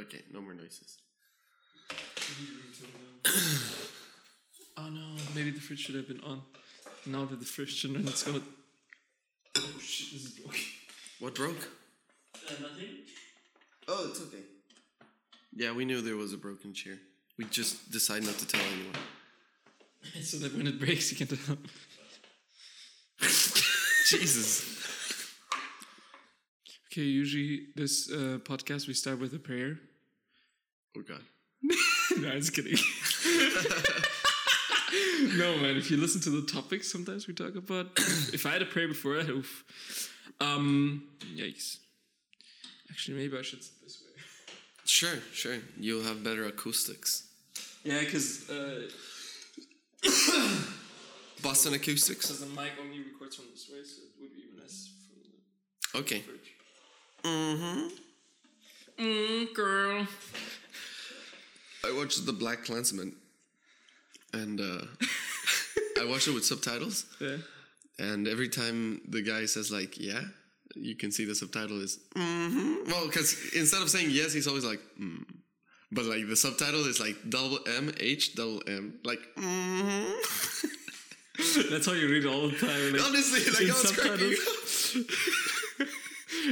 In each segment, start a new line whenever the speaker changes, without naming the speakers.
Okay, no more noises.
Oh no, maybe the fridge should have been on. Now that the fridge turned on, it's gonna. Oh shit, this is broken.
What broke?
nothing?
Oh, it's okay.
Yeah, we knew there was a broken chair. We just decided not to tell anyone.
so that when it breaks, you can tell.
Jesus.
Okay, usually this uh, podcast we start with a prayer.
Oh god.
no, I'm just kidding. no, man. If you listen to the topics, sometimes we talk about. if I had a prayer before, I oof. Um, yikes. Actually, maybe I should sit this way.
Sure, sure. You'll have better acoustics.
Yeah, because uh,
Boston acoustics.
'cause the mic only records from this way, so it would be even less from the
Okay.
bridge.
Mm-hmm.
Mm, girl.
I watched The Black Klansman, and uh, I watched it with subtitles.
Yeah.
And every time the guy says like, "Yeah," you can see the subtitle is mm-hmm. well, because instead of saying yes, he's always like, mm. but like the subtitle is like double M H double M, like mm-hmm.
That's how you read all the time. Like,
honestly, like I
in
was cracking.
subtitles.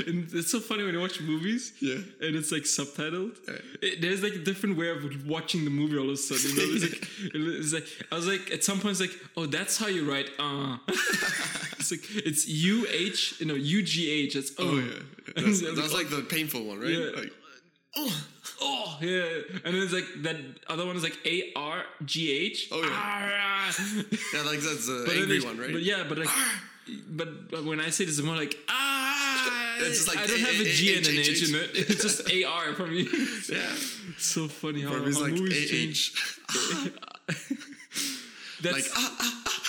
and it's so funny when you watch movies.
Yeah.
And it's like subtitled.
Yeah.
It, there's like a different way of watching the movie all of a sudden. You know? it's, like, it's like I was like at some point it's like oh that's how you write uh. it's like it's U H no U G H. It's oh,
Oh yeah, that's, that's like the painful one, right?
Yeah.
Like, oh,
Oh yeah, and then it's like that other one is like A R G H.
Oh, yeah. yeah, like that's the
But then
angry
they-
one, right?
But yeah, but like, but, but when I say this, I'm more like ah.
It's just like
I don't have a
A-
G
A-
and an
H-
H in
H.
it. It's just A R for me.
yeah.
It's so funny how,
Or it's
how
like
movies
A
change.
H, like
That's
ah ah ah.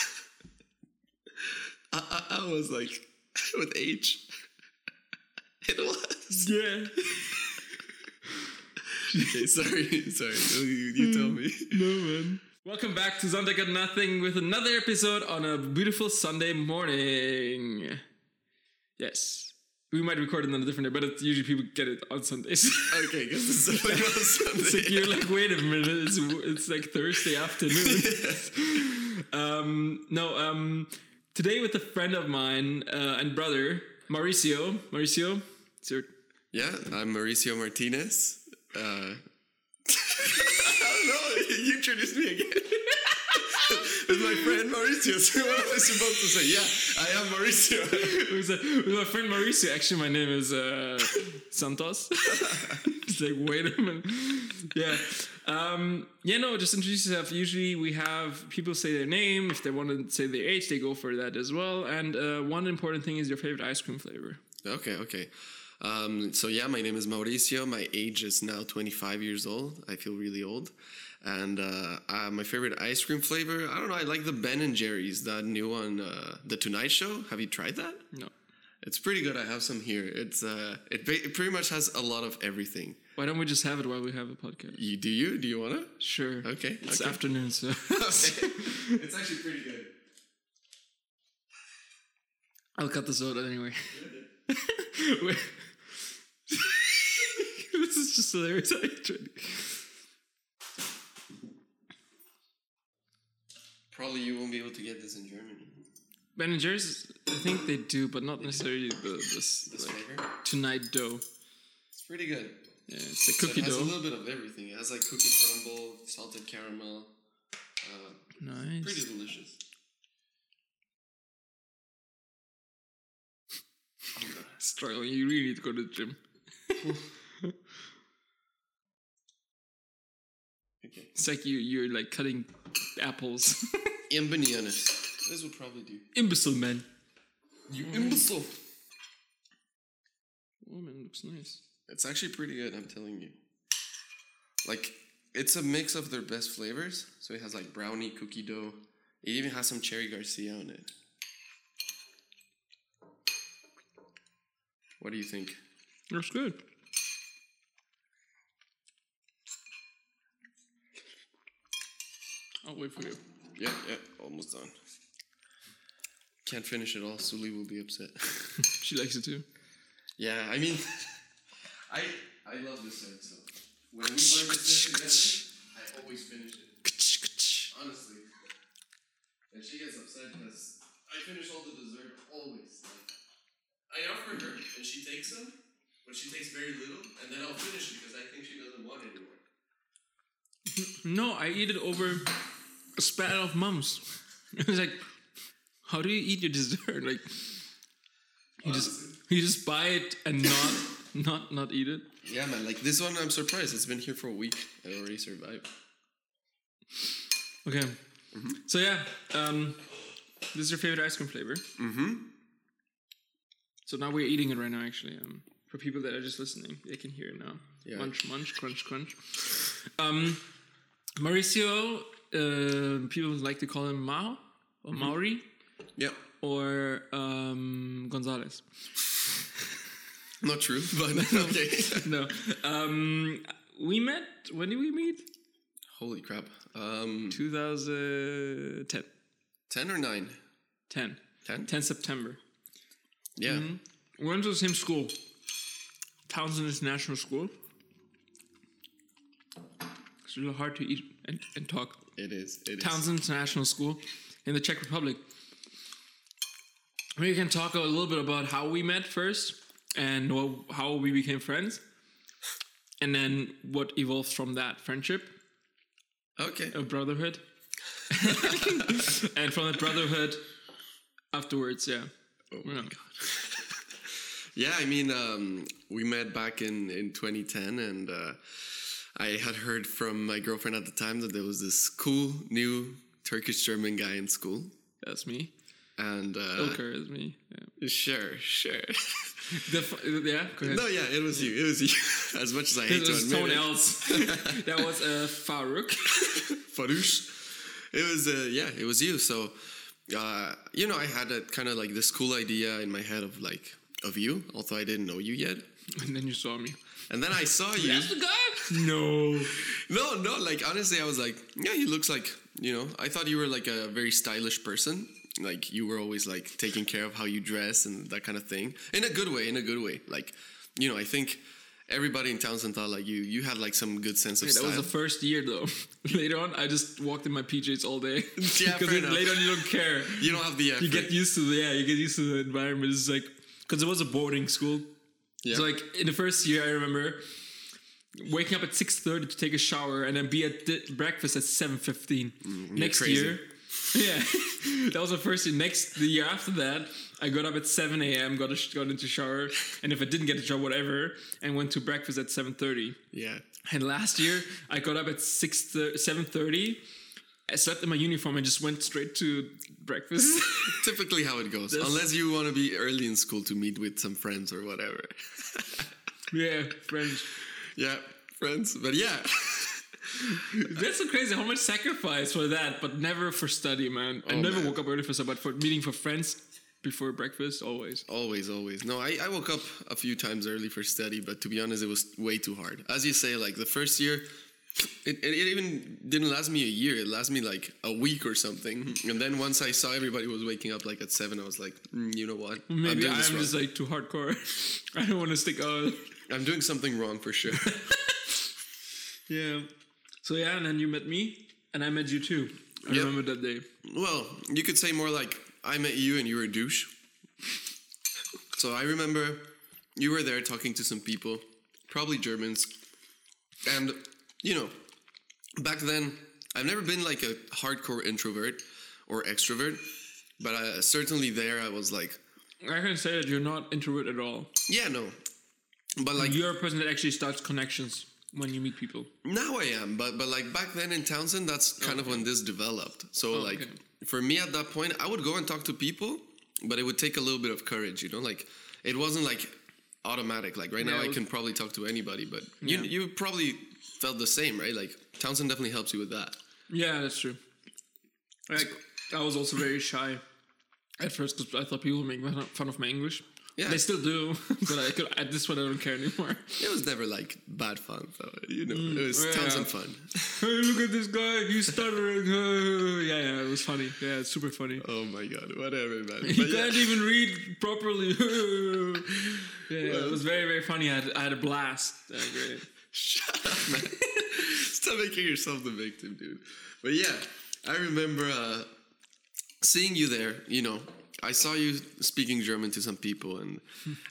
Ah, ah, ah was like with H. It was.
yeah.
Okay, sorry, sorry. You, you
Hmm.
tell me.
No man. Welcome back to Sunday Got Nothing with another episode on a beautiful Sunday morning. Yes. We might record it on a different day, but it's usually people get it on Sundays.
Okay, because this is what
It's like
Sunday.
you're like, wait a minute, it's, it's like Thursday afternoon. um, no, um, today with a friend of mine uh, and brother, Mauricio. Mauricio, it's your,
Yeah, I'm Mauricio Martinez. Uh, I don't know. You introduced me again. With my friend Mauricio. So what am I supposed to say? Yeah, I am Mauricio.
it was, a, it was my friend Mauricio. Actually, my name is uh, Santos. it's like, wait a minute. Yeah. Um, yeah, no, just introduce yourself. Usually we have people say their name. If they want to say their age, they go for that as well. And uh, one important thing is your favorite ice cream flavor.
Okay, okay. Um, so yeah, my name is Mauricio. My age is now 25 years old. I feel really old. And uh, uh, my favorite ice cream flavor, I don't know. I like the Ben and Jerry's, that new one, uh, the Tonight Show. Have you tried that?
No.
It's pretty good. I have some here. It's uh, it, ba- it pretty much has a lot of everything.
Why don't we just have it while we have a podcast?
You do you? Do you wanna?
Sure.
Okay.
It's
okay.
afternoon, so.
it's actually pretty good.
I'll cut this out anyway. Wait. this is just hilarious. I tried-
Probably you won't be able to get this in Germany.
Ben and Jerry's, I think they do, but not necessarily the, this,
This
like,
flavor.
tonight dough.
It's pretty good.
Yeah, it's a
So
cookie
it has
dough.
a little bit of everything. It has like cookie crumble, salted caramel. Uh,
nice.
pretty delicious.
Struggling. You really need to go to the gym.
Okay.
It's like you, you're like cutting apples.
And bananas. This will probably do.
Imbecile man.
You imbecile.
Woman looks nice.
It's actually pretty good. I'm telling you. Like it's a mix of their best flavors. So it has like brownie, cookie dough. It even has some cherry Garcia on it. What do you think?
Looks good. I'll wait for you.
Yeah, yeah, almost done. Can't finish it all. Sully will be upset.
She likes it too.
yeah, I mean, I I love this set, so when we buy this set together, I always finish it. Honestly. And she gets upset because I finish all the dessert always. Like, I offer her and she takes them, but she takes very little, and then I'll finish it because I think she doesn't want it anymore.
No, I eat it over a spat of mums. it's like, how do you eat your dessert? Like, you just you just buy it and not not not eat it.
Yeah, man, like this one, I'm surprised. It's been here for a week. I already survived.
Okay. So yeah, um, this is your favorite ice cream flavor. Mm-hmm. So now we're eating it right now. Actually, um, for people that are just listening, they can hear it now.
Yeah.
Munch, munch, crunch, crunch. Um, Mauricio, uh, people like to call him Mao or Maori
Yeah.
or um, Gonzalez.
Not true, but okay.
No, um, we met. When did we meet?
Holy crap. Um,
2010.
10 or 9?
10.
10?
10 September.
Yeah.
We went to the same school, Townsend International School. It's really hard to eat and, and talk.
It is. It is.
Townsend International School in the Czech Republic. We can talk a little bit about how we met first and wha- how we became friends, and then what evolved from that friendship,
Okay.
a brotherhood. and from the brotherhood afterwards, yeah. Oh yeah.
Yeah, I mean, um, we met back in, in 2010, and uh, I had heard from my girlfriend at the time that there was this cool new Turkish German guy in school.
That's me.
And uh,
Ilker is me. Yeah.
sure, sure.
The f- yeah, go ahead.
no, yeah, it was you. It was you. as much as I hate
it
to
was
admit
someone
it.
else. that was uh, Farouk.
Farouche. It was, uh, yeah, it was you. So, uh, you know, I had a kind of like this cool idea in my head of like, of you, although I didn't know you yet.
and then you saw me.
And then I saw you.
the guy? No.
No, no, like honestly, I was like, yeah, he looks like, you know, I thought you were like a very stylish person. Like you were always like taking care of how you dress and that kind of thing. In a good way, in a good way. Like, you know, I think everybody in Townsend thought like you you had like some good sense of
that
style.
was the first year though. later on, I just walked in my PJs all day.
Yeah, fair
Because
enough.
later on, you don't care.
you don't have the effort.
You get used to the yeah, you get used to the environment. It's like because it was a boarding school.
yeah.
So like in the first year, I remember waking up at six thirty to take a shower and then be at di- breakfast at seven fifteen. Next
crazy.
year, yeah, that was the first year. Next the year after that, I got up at seven a.m. got a, sh- got into shower, and if I didn't get a job, whatever, and went to breakfast at seven thirty.
yeah.
And last year, I got up at six seven thirty. I slept in my uniform and just went straight to breakfast.
Typically how it goes. Unless you want to be early in school to meet with some friends or whatever.
yeah, friends.
yeah, friends. But yeah.
That's so crazy. How much sacrifice for that, but never for study, man. I never
Oh, man.
woke up early for study, but for meeting for friends before breakfast, always.
Always, always. No, I, I woke up a few times early for study, but to be honest, it was way too hard. As you say, like the first year, it, it, it even didn't last me a year. It lasted me like a week or something. And then once I saw everybody was waking up like at seven, I was like, "Mm, you know what? I'm
Maybe
doing
I'm,
this wrong.
just like too hardcore. I don't want to stick out.
I'm doing something wrong for sure.
Yeah. So yeah, and then you met me, and I met you too. I
Yep.
remember that day.
well, you could say more like I met you and you were a douche. So I remember you were there talking to some people, probably Germans, and you know, back then I've never been like a hardcore introvert or extrovert, but I, certainly there I was like,
I can say that you're not introvert at all.
yeah, no, but like
You're a person that actually starts connections when you meet people.
Now I am, but but like back then in Townsend, that's kind of when this developed. So like
Oh, okay.
for me at that point, I would go and talk to people, but it would take a little bit of courage, you know. Like it wasn't like automatic. Like right
Yeah,
now, I
it was-
can probably talk to anybody, but you you probably felt the same, right? Like Townsend definitely helps you with that.
Yeah, that's true. Like I was also very shy at first because I thought people would make fun of my English.
Yeah.
They still do, but I could, at this one I don't care anymore.
It was never like bad fun though. You know, it was
Mm, yeah.
tons of fun.
hey, look at this guy, he's stuttering. Uh, yeah, yeah, it was funny. Yeah, it's super funny.
Oh my god, whatever, man. But
He
yeah.
can't even read properly. yeah, yeah, it was very, very funny. I had, I had a blast. Uh, great.
Shut up, man. Stop making yourself the victim, dude. But yeah, I remember uh, seeing you there. You know, I saw you speaking German to some people, and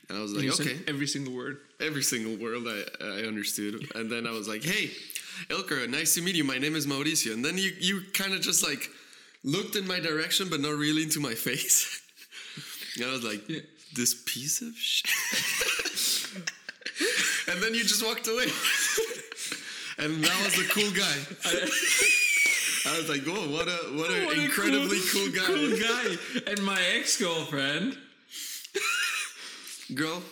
and I was like,
You said
okay,
Every single word.
every single word I, I understood. And then I was like, hey, Ilker, nice to meet you. My name is Mauricio. And then you, you kind of just like looked in my direction, but not really into my face. and I was like,
Yeah.
this piece of shit. and then you just walked away. and that was the cool guy. I was like, whoa, what a what an
What a
incredibly cool, guy.
Cool guy. And my ex girlfriend,
Girl,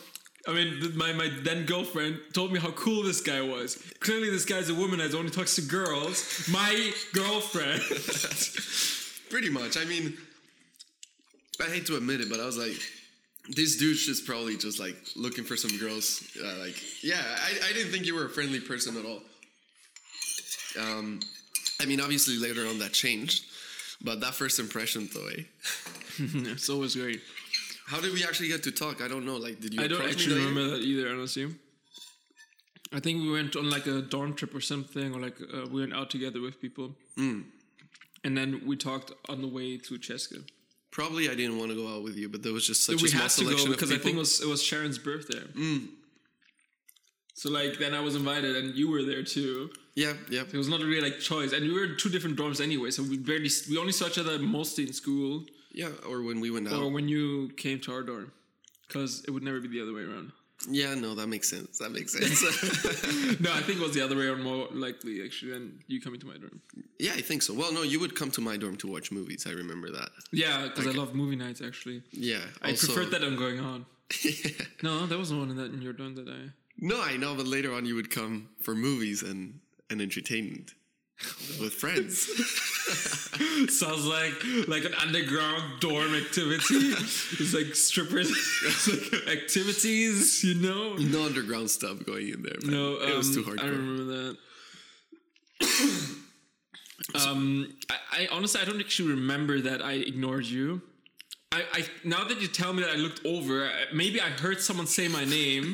I mean, th- my, my then girlfriend, told me how cool this guy was. Clearly, this guy's a woman that only talks to girls. My girlfriend.
Pretty much. I mean, I hate to admit it, but I was like, this dude's just probably just like looking for some girls. Uh, like, yeah, I, I didn't think you were a friendly person at all. Um, I mean, obviously later on that changed, but that first impression, though, eh?
it's always great.
How did we actually get to talk? I don't know. Like, did you?
I don't
approach me
actually
that year?
remember that either, honestly. I think we went on like a dorm trip or something, or like uh, we went out together with people. And then we talked on the way to Cheska.
Probably I didn't want to go out with you, but there was just such a
we
small
had to go
selection
because I
of
think it
people.
was it was Sharon's birthday. So like then I was invited and you were there too.
yeah, yeah.
It was not really like choice, and we were in two different dorms anyway, so we barely we only saw each other mostly in school
Yeah, or when we went out.
or when you came to our dorm, because it would never be the other way around.
yeah, no, that makes sense. That makes sense.
No, I think it was the other way around more likely actually than you coming to my dorm.
Yeah, I think so. Well, no, you would come to my dorm to watch movies. I remember that.
Yeah, because I love movie nights actually.
Yeah,
I preferred that on going on. No, there wasn't one in that in your dorm that I.
no, I know, but later on you would come for movies and and entertainment with friends.
Sounds like like an underground dorm activity. it's like strippers activities, you know.
no underground stuff going in there. Man.
No, um,
it was too
I
hardcore.
remember that. um, I, I honestly I don't actually remember that I ignored you. I, I now that you tell me that I looked over, I- maybe I heard someone say my name.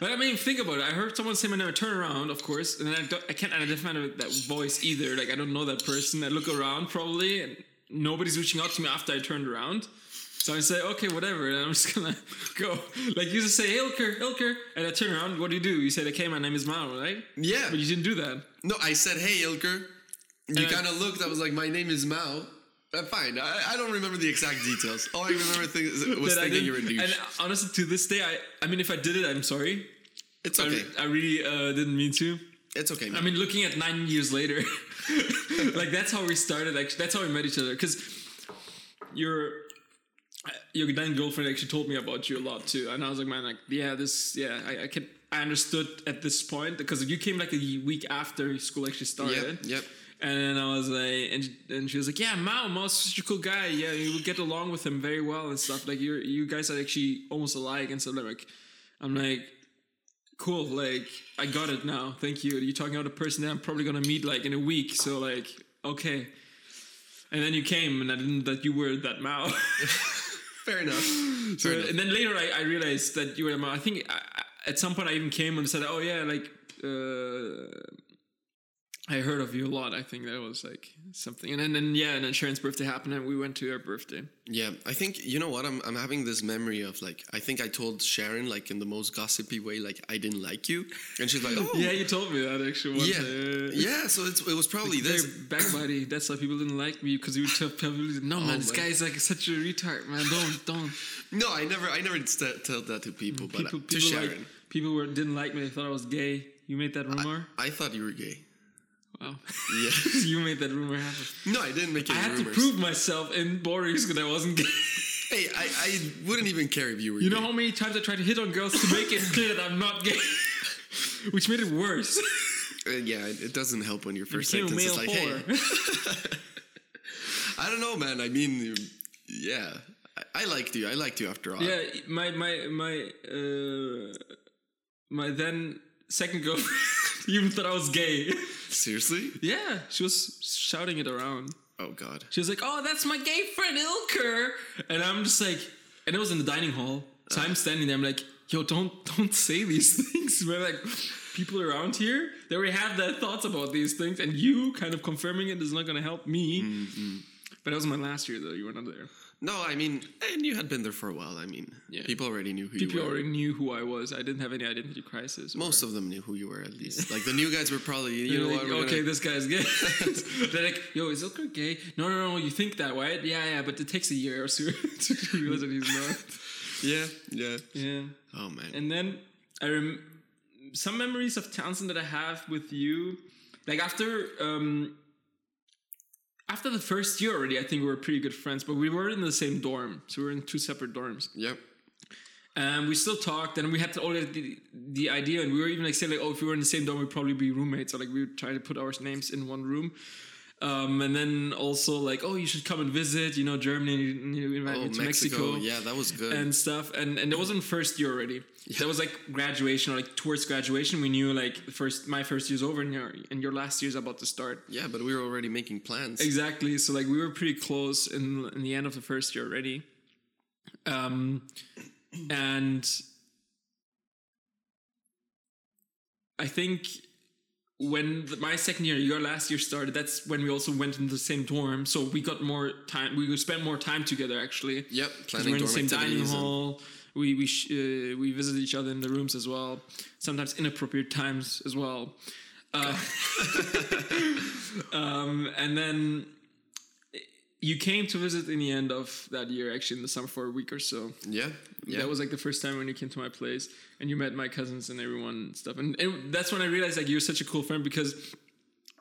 but I mean, think about it. I heard someone say my name. I turn around, of course, and then I, don't, I can't identify that voice either. Like I don't know that person. I look around probably, and nobody's reaching out to me after I turned around. So I say, okay, whatever, and I'm just gonna go. Like you just say, Ilker, Ilker, and I turn around. What do you do? You said, okay, my name is Mao, right?
Yeah,
But you Uh, didn't do that.
no, I said, hey, Ilker. You
And I-
kind of looked. I was like, my name is Mao. Uh, fine. I, I don't remember the exact details. All I remember things was
That I
thinking you were a
didn't-
douche.
And honestly, to this day, I, I mean, if I did it, I'm sorry.
it's
I-
okay.
I, really uh, didn't mean to.
it's okay. Man.
I mean, looking at nine years later, like that's how we started. Actually, that's how we met each other. Because your your then girlfriend actually told me about you a lot too, and I was like, man, like yeah, this yeah, I, I can I understood at this point because you came like a week after school actually started.
yep, yep.
And then I was like, and, and she was like, yeah, Mao, Mao's such a cool guy. Yeah, you would get along with him very well and stuff. Like you, you guys are actually almost alike and stuff. Like, I'm like, cool. Like, I got it now. Thank you. You're talking about a person that I'm probably gonna meet like in a week. So like, okay. And then you came, and I didn't that you were that Mao.
Fair enough.
So,
Fair enough.
and then later I, I realized that you were Mao. I think I, I- at some point I even came and said, oh yeah, like. Uh, I heard of you a lot. I think that was like something. And then, then yeah, and then Sharon's birthday happened, and we went to her birthday.
Yeah, I think you know what I'm. I'm having this memory of like I think I told Sharon like in the most gossipy way like I didn't like you, and she's like, oh
Yeah, you told me that actually. Once. Uh,
yeah, yeah. So it's, it was probably
They're
this.
backbody. That's why people didn't like me because you tell people, no man, this
Oh my-
guy's like such a retard, man. Don't, don't.
No, I never, I never st- told that to people, but
People,
uh, to
people like
Sharon,
people were didn't like me. They thought I was gay. You made that rumor.
I thought you were gay.
wow,
Yeah,
you made that rumor happen.
no, I didn't make
I
any
had
rumors.
to prove myself in Boris because I wasn't gay.
hey, I, I wouldn't even care if you were.
You
gay.
know how many times I tried to hit on girls to make it clear that I'm not gay, which made it worse.
Uh, yeah, it, it doesn't help when your first
became a
sentence is
male
like, hey, I don't know, man. I mean, yeah, I, I liked you. I liked you after all.
Yeah, my my my uh, my then second girlfriend even thought I was gay.
Seriously?
yeah, she was shouting it around.
Oh God.
She was like, "Oh, that's my gay friend Ilker," and I'm just like, and it was in the dining hall. So I'm standing there. I'm like, "Yo, don't don't say these things." We're like, people around here they already have their thoughts about these things, and you kind of confirming it is not going to help me.
Mm-hmm.
But that was my last year, though. You were not there.
No, I mean, and you had been there for a while. I mean,
Yeah.
people already knew who
People
you were.
already knew who I was. I didn't have any identity crisis. or-
Most of them knew who you were at least. Like the new guys were probably, you
They're
know
like,
what? we're
okay,
gonna-
this guy's gay. They're like, yo, is Ilker gay? No, no, no, you think that, right? Yeah, yeah, but it takes a year or so to realize that he's not.
yeah, yeah.
Yeah.
Oh man.
And then I rem- some memories of Townsend that I have with you, like after um, after the first year already, I think we were pretty good friends, but we were in the same dorm, so we were in two separate dorms.
yep.
Um, we still talked, and we had already the, the idea, and we were even like saying like, oh, if we were in the same dorm, we'd probably be roommates, or like we would try to put our names in one room. Um, and then also like, oh, you should come and visit, you know, Germany, and you, and you invite
Oh,
me to
Mexico.
Mexico
Yeah, that was good.
and stuff. And and that wasn't first year already. That was like graduation or like towards graduation. We knew like the first my first year's over and your and your last year's about to start.
yeah, but we were already making plans.
Exactly. So like we were pretty close in in the end of the first year already. Um, and I think when the, my second year, your last year started, that's when we also went into the same dorm. So we got more time. We spent more time together actually.
Yep,
'Cause
planning
we're in
dorm
the same dining
activities and-
hall. We we sh- uh, we visit each other in the rooms as well. Sometimes inappropriate times as well. Uh, um, and then you came to visit in the end of that year, actually in the summer for a week or so.
Yeah, yeah.
That was like the first time when you came to my place and you met my cousins and everyone and stuff. And, and that's when I realized like you're such a cool friend because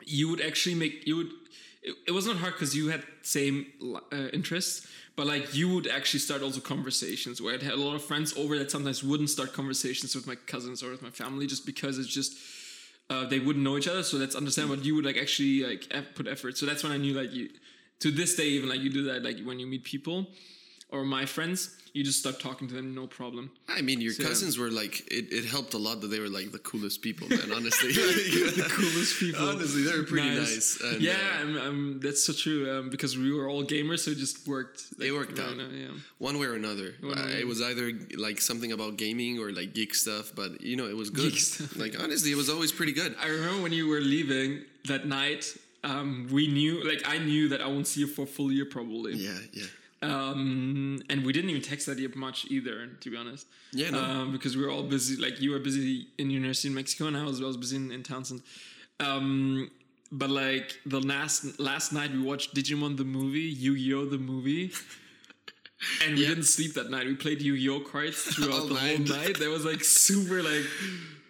you would actually make you would. It, it was not hard because you had same li- uh, interests, but like you would actually start also conversations where I'd had a lot of friends over that sometimes wouldn't start conversations with my cousins or with my family just because it's just. Uh, they wouldn't know each other, so that's understandable. But you would like actually like eff- put effort. So that's when I knew like you. To this day, even like you do that like when you meet people, or my friends, you just start talking to them, no problem.
I mean, your
So-
cousins were like, it, it helped a lot that they were like the coolest people, man, honestly. the
coolest people.
Honestly, they were pretty nice. and,
yeah,
uh,
I'm, I'm- that's so true. Um, because we were all gamers, so it just worked.
It worked out.
now, yeah.
one way or another.
One
Uh,
way.
it was either like something about gaming or like geek stuff, but you know, it was good.
Geek stuff.
Like, honestly, it was always pretty good.
I remember when you were leaving that night. Um, we knew, like, I knew that I won't see you for a full year probably.
Yeah, yeah.
Um, and we didn't even text that year much either, to be honest.
Yeah, no.
um, because we were all busy. Like you were busy in university in Mexico, and I was, I was busy in, in Townsend. Um, but like the last last night, we watched Digimon the movie, Yu Gi Oh the movie, and we
Yeah.
didn't sleep that night. We played Yu Gi Oh cards throughout
All
the whole
night.
night. That was like super like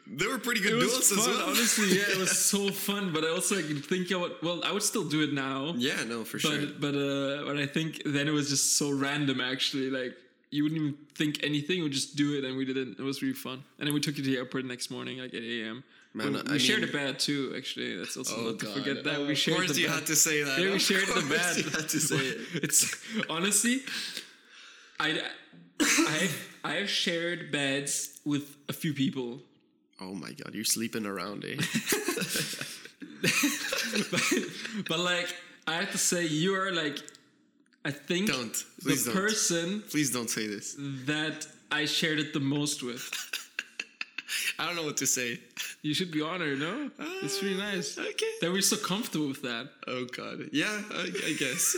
they were pretty good
it was
duels as
fun.
well.
Honestly, yeah, it was so fun. But I also like think about well, I would still do it now.
Yeah, no, for
But
sure.
but uh, but I think then it was just so random. Actually, like you wouldn't even think anything. We just do it, and we did it. It was really fun. And then we took you to the airport next morning, like at eight a.m.
Man,
we
I
we shared a
mean-
bed too. Actually, that's also
Oh,
not to
God.
forget that we
of
shared
course
the
you
bed.
had to say that.
Yeah, we
Of
shared the
course
bed.
You had to say it.
it's honestly, I I I have shared beds with a few people.
Oh my god, you're sleeping around, eh?
but like I have to say, you are like I think
Don't. Please
the
don't.
person
Please don't say this.
Mm. that I shared it the most with.
I don't know what to say.
You should be honored, no? It's really nice
Okay.
that we're so comfortable with that.
Oh god. Yeah, I, I guess.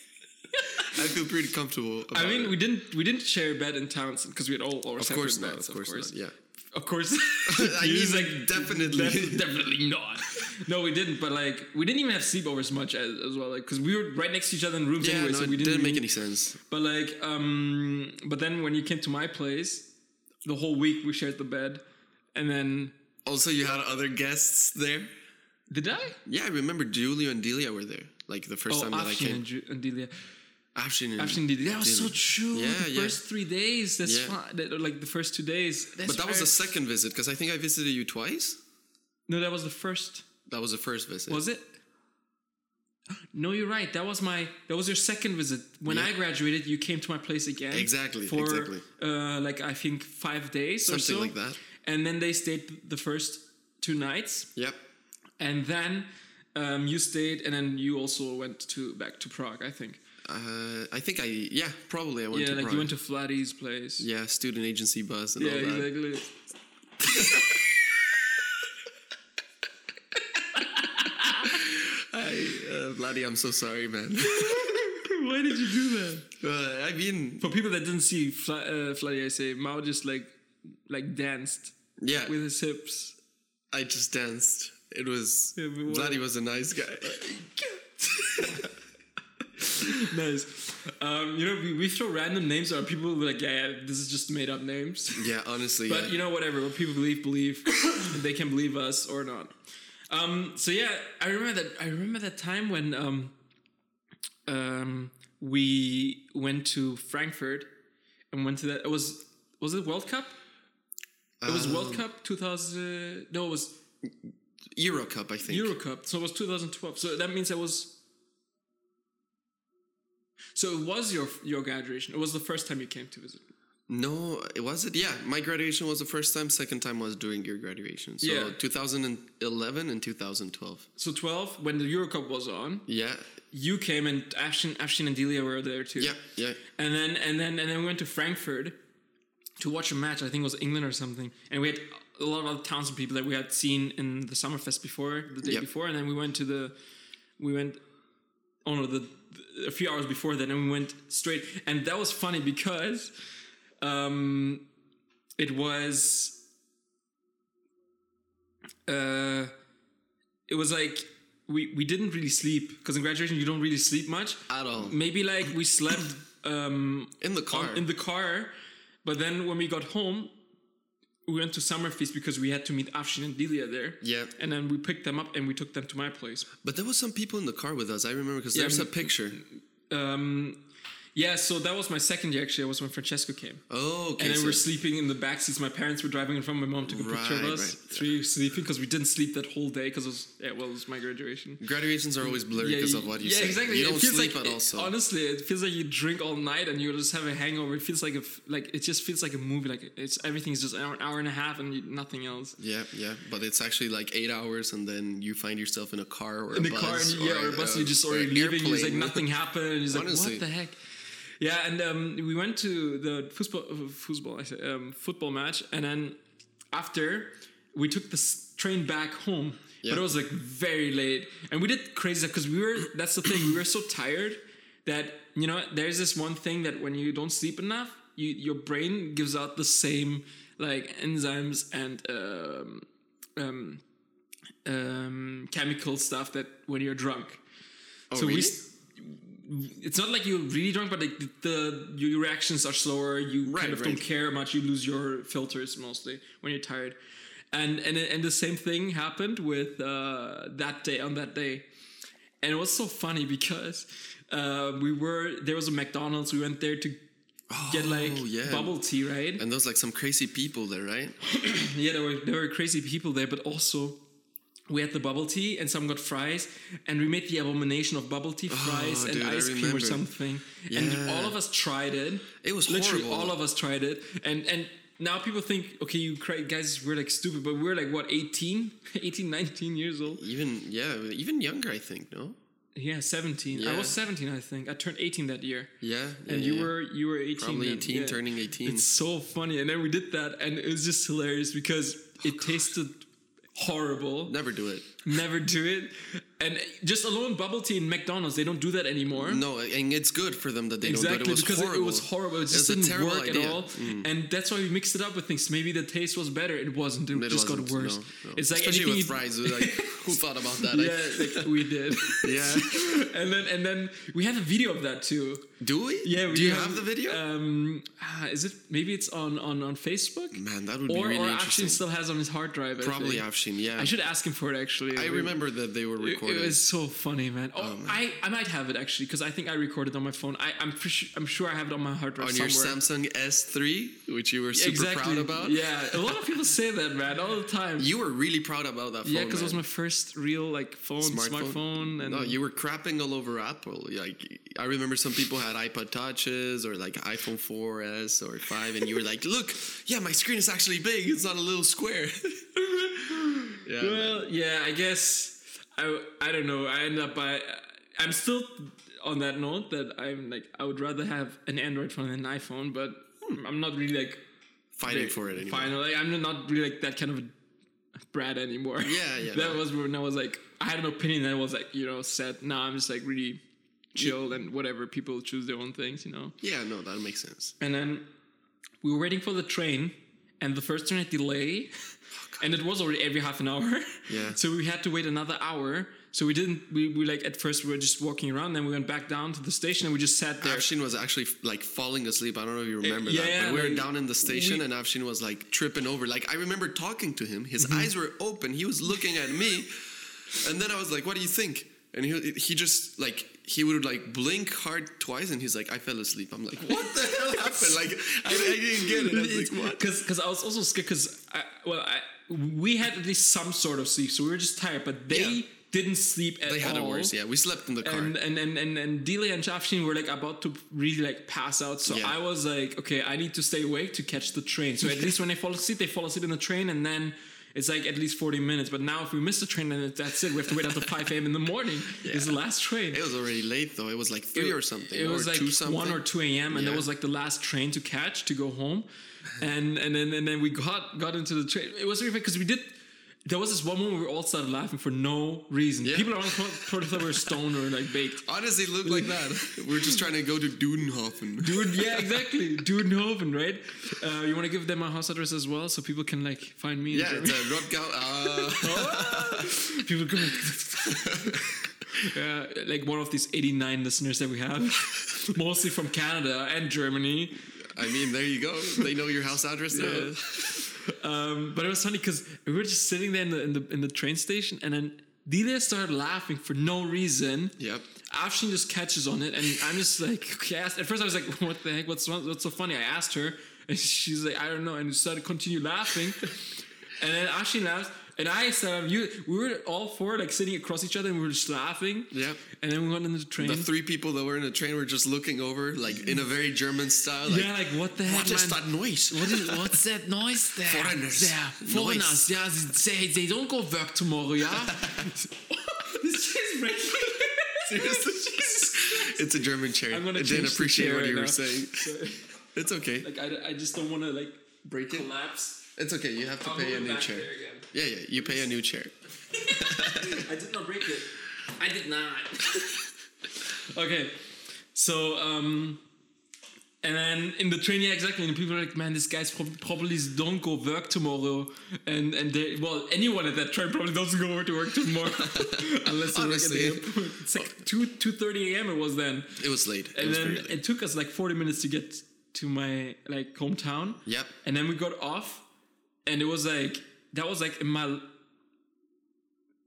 I feel pretty comfortable. About
I mean,
it.
we didn't we didn't share a bed in Townsend because we had all our
of
separate
course not.
beds,
Of course, not. Yeah.
Of course,
I
He was
mean, definitely.
"Def- definitely not. No, we didn't. But like, we didn't even have sleepovers much as, as well, like because we were right next to each other in rooms
Yeah,
anyway,
no,
so
it
we
didn't,
didn't,
make
really-
any sense.
But like, um, but then when you came to my place, the whole week we shared the bed, and then
Also, you had other guests there.
did I?
Yeah, I remember Julio and Delia were there. Like the first
Oh,
time that I
Afshin
came.
and, Ju- and Delia.
Afshin and,
Afshin did. That was so
Delia.
true.
Yeah,
the
yeah.
first three days. That's
Yeah.
fine. That, like the first two days. That's
But that was
fair.
the second visit because I think I visited you twice.
no. That was the first.
That was the first visit.
Was it? No, you're right. That was my that was your second visit. When
Yeah.
I graduated, you came to my place again.
Exactly,
For
exactly.
Uh, like I think five days or
Something
so.
like that.
And then they stayed the first two nights,
Yep.
and then um, you stayed, and then you also went to back to Prague, I think.
Uh, I think I yeah probably I went
yeah,
to
like
Prague.
you went to Vladdy's place.
yeah student agency bus and
Yeah,
all that.
exactly.
I, uh, Vladdy, I'm so sorry, man.
Why did you do that?
uh, I mean,
For people that didn't see Fla- uh, Vladdy, I say Mao just like like danced
yeah,
with his hips.
I just danced. It was
Yeah, but what-
Vladdy was a nice guy.
nice. Um, you know, we, we throw random names at people we're like, yeah, yeah, this is just made up names.
yeah, honestly,
But
yeah.
you know, whatever. What people believe, believe. they can believe us or not. Um, so yeah, I remember that. I remember that time when um, um, we went to Frankfurt and went to that. It was was it World Cup? It was World
Um.
Cup 2000. No, it was
Euro Cup, I think.
Euro Cup. So it was 2012. So that means I was. So it was your your graduation. It was the first time you came to visit.
No, it was it. Yeah, my graduation was the first time. Second time was during your graduation. So
Yeah.
2011 and 2012.
So 12, when the Euro Cup was on,
Yeah,
you came and Ashton, Ashton and Delia were there too.
yeah, yeah.
And then and then and then we went to Frankfurt to watch a match. I think it was England or something. And we had a lot of other townspeople people that we had seen in the Summerfest before, the day
Yep.
before. And then we went to the we went oh no the, the- a few hours before that, and we went straight. And that was funny because um, it was. Uh, it was like we, we didn't really sleep because in graduation you don't really sleep much
At all
maybe like we slept um
in the
Mm, on-
car.
in the car but then when we got home we went to summer feast because we had to meet afshin and delia there
yeah,
and then we picked them up and we took them to my place
but there was some people in the car with us. I remember because there's
I
a
mean-
picture.
um yeah so that was my second year actually that was when francesco came
Oh, okay.
and then we're
so-
sleeping in the back seats. My parents were driving in front. My mom took a picture of
Right,
us
right.
three sleeping because we didn't sleep that whole day because it was yeah well it was my graduation.
Graduations are always blurry because
you-
of what you
yeah,
say.
exactly.
You
It
don't
feels
sleep
like,
at all. So
Honestly, it feels like you drink all night and you just have a hangover. It feels like a f- like it just feels like a movie. Like it's everything's just an hour, hour and a half and you, nothing else.
yeah, yeah. But it's actually like eight hours, and then you find yourself in a car or
In
a
the
bus
car and you, yeah, or a bus, you just
or uh,
already
an
leaving. It's like
airplane.
nothing happened. And he's like,
Honestly.
what the heck? Yeah, and um, we went to the football, uh, football, I say, um, football match, and then after we took the s- train back home,
Yeah.
but it was like very late, and we did crazy stuff because we were. That's the thing, we were so tired that you know there's this one thing that when you don't sleep enough, you your brain gives out the same like enzymes and um, um, um, chemical stuff that when you're drunk.
Oh,
so we
really?
s- it's not like you're really drunk, but like the, the your reactions are slower. You
Right,
kind of
right.
don't care much. You lose your filters mostly when you're tired, and and and the same thing happened with uh, that day on that day, and it was so funny because uh, we were there was a McDonald's. We went there to get like
Oh, yeah.
bubble tea, right?
and there's like some crazy people there, right?
yeah, there were there were crazy people there, but also we had the bubble tea and some got fries, and we made the abomination of bubble tea fries and
Oh, dude, I
ice cream or
remember.
something. And
Yeah.
all of us tried it.
It was
literally
horrible.
all of us tried it, and and now people think, okay, you cra- guys were like stupid, but we're like what 18, 18, 19 years old.
Even yeah, even younger, I think. No.
Yeah, seventeen. I
Yeah.
was seventeen, I think. I turned eighteen that year.
Yeah. yeah,
And you
yeah.
were you were eighteen.
probably
then,
18,
yeah.
turning 18.
It's so funny. And then we did that, and it was just hilarious because
Oh,
it tasted horrible.
Never do it.
Never do it. And just alone bubble tea in McDonald's, they don't do that anymore.
No, and it's good for them that they
exactly,
don't do it. It was
because
horrible.
it was horrible. It just
a
didn't
terrible
work
idea. Mm.
at all. And that's why we mixed it up with things. Maybe the taste was better. It wasn't. It,
It
just
wasn't,
got worse.
no, no.
It's like
especially with
anything
fries. Like, who thought about that? I-
you- yeah, like we did.
yeah.
and then and then we have a video of that too.
Do we?
Yeah, we
Do you have, the video?
Um, ah, is it maybe it's on on on Facebook?
Man, that would
or
be really
or Afshin
interesting.
still has on his hard drive. I
Probably
think.
Afshin. Yeah.
I should ask him for it actually.
I remember that they were
It-
recording?
It was so funny, man. Oh,
man.
I, I might have it actually because I think I recorded on my phone. I, I'm for su- I'm sure I have it on my hard drive
on your
somewhere.
Samsung S3, which you were super proud about.
Yeah, a lot of people say that, man, all the time.
You were really proud about that phone.
yeah, because it was
man.
my first real like phone, smartphone,
Smartphone?
and
No, you were crapping all over Apple. Like I remember some people had iPod touches or like iPhone 4S or 5 and you were like, "Look, yeah, my screen is actually big. It's not a little square." yeah.
well, yeah, I guess I I don't know. I end up by I'm still on that note that I'm like I would rather have an Android phone than an iPhone, but hmm, I'm not really like
fighting for it anymore.
Finally, I'm not really like that kind of brat anymore.
Yeah, yeah,
that
no.
was when I was like, I had an opinion that was like, you know, set. Now I'm just like really chilled and whatever. People choose their own things, you know.
Yeah, no, that makes sense.
And then we were waiting for the train, and the first train had delay, and it was already every half an hour.
Oh, Yeah.
So we had to wait another hour. So we didn't. We, we like at first we were just walking around, then we went back down to the station and we just sat there.
Afshin was actually like falling asleep. I don't know if you remember that.
Eh, yeah,
But we were
like,
down in the station
we-
and Afshin was like tripping over. Like I remember talking to him. His
Mm-hmm.
eyes were open. He was looking at me. And then I was like, "What do you think?" And he he just like he would like blink hard twice and he's like, "I fell asleep." I'm like, "What the hell happened?" Like I, I didn't get it. I was like, "What?"
Because I was also scared. Because I, well, I, we had at least some sort of sleep, so we were just tired. But they
Yeah.
didn't sleep at all.
They had it worse. Yeah, we slept in the car.
And and and and, and Dile and Shafshin were like about to really like pass out. So
Yeah.
I was like, okay, I need to stay awake to catch the train. So at least when they fall asleep, they fall asleep in the train, and then. It's like at least 40 minutes, but now if we miss the train, then that's it. We have to wait until 5 a.m. in the morning. It's the last train
it was already late though. It was like three or something.
it was
or
like
two something.
one or two a.m. and that
Yeah.
was like the last train to catch to go home, and and then and then we got got into the train. It was really because we did. There was this one moment where we all started laughing for no reason.
Yeah.
People around the corner probably thought we were stoned or like baked.
Honestly, it looked like that. we were just trying to go to Dudenhofen.
Dude, yeah, exactly. Dudenhoven, right? Uh, you want to give them my house address as well so people can like find me? in
Yeah,
Germany?
it's a Rottgau. Uh,
Ah. people go uh, like one of these 89 listeners that we have, mostly from Canada and Germany.
I mean, there you go. They know your house address now. Uh,
Yeah. um, but it was funny because we were just sitting there in the in the, in the train station, and then Delia started laughing for no reason.
Yep.
Afshin just catches on it, and I'm just like, okay. I asked, at first, I was like, what the heck? What's what's so funny? I asked her, and she's like, I don't know, and started continue laughing, and then Afshin laughs. And I said, "Um, you, we were all four like sitting across each other and we were just laughing.
Yep.
And then we went into the train.
The three people that were in the train were just looking over, like in a very German style. Like,
yeah, like what the heck?
what is
man?
that noise?
What is, what's that noise there?
Foreigners.
Yeah, foreigners.
Noise.
Yeah, they, they, they don't go work tomorrow, yeah? She's breaking.
Seriously? it's a German chair.
I'm gonna
I
change
didn't
the
appreciate
chair
what
right
you were
now.
saying. It's okay.
like, I, I just don't want to, like, break
it?
collapse.
It's okay. You have to
I'm
pay a
going
new
back
chair.
there again.
Yeah, yeah. You pay a new chair.
I did not break it. I did not. okay, so um, and then in the train, yeah, exactly. And people are like, "Man, this guy's prob- probably don't go work tomorrow." And and they, well, anyone at that train probably doesn't go to work tomorrow unless they work at the
Honestly.
airport. It's like two two thirty a.m. It was then,
It was late. It
and
was
then
very late.
it took us like forty minutes to get to my like hometown.
Yep.
And then we got off, and it was like that was like in my.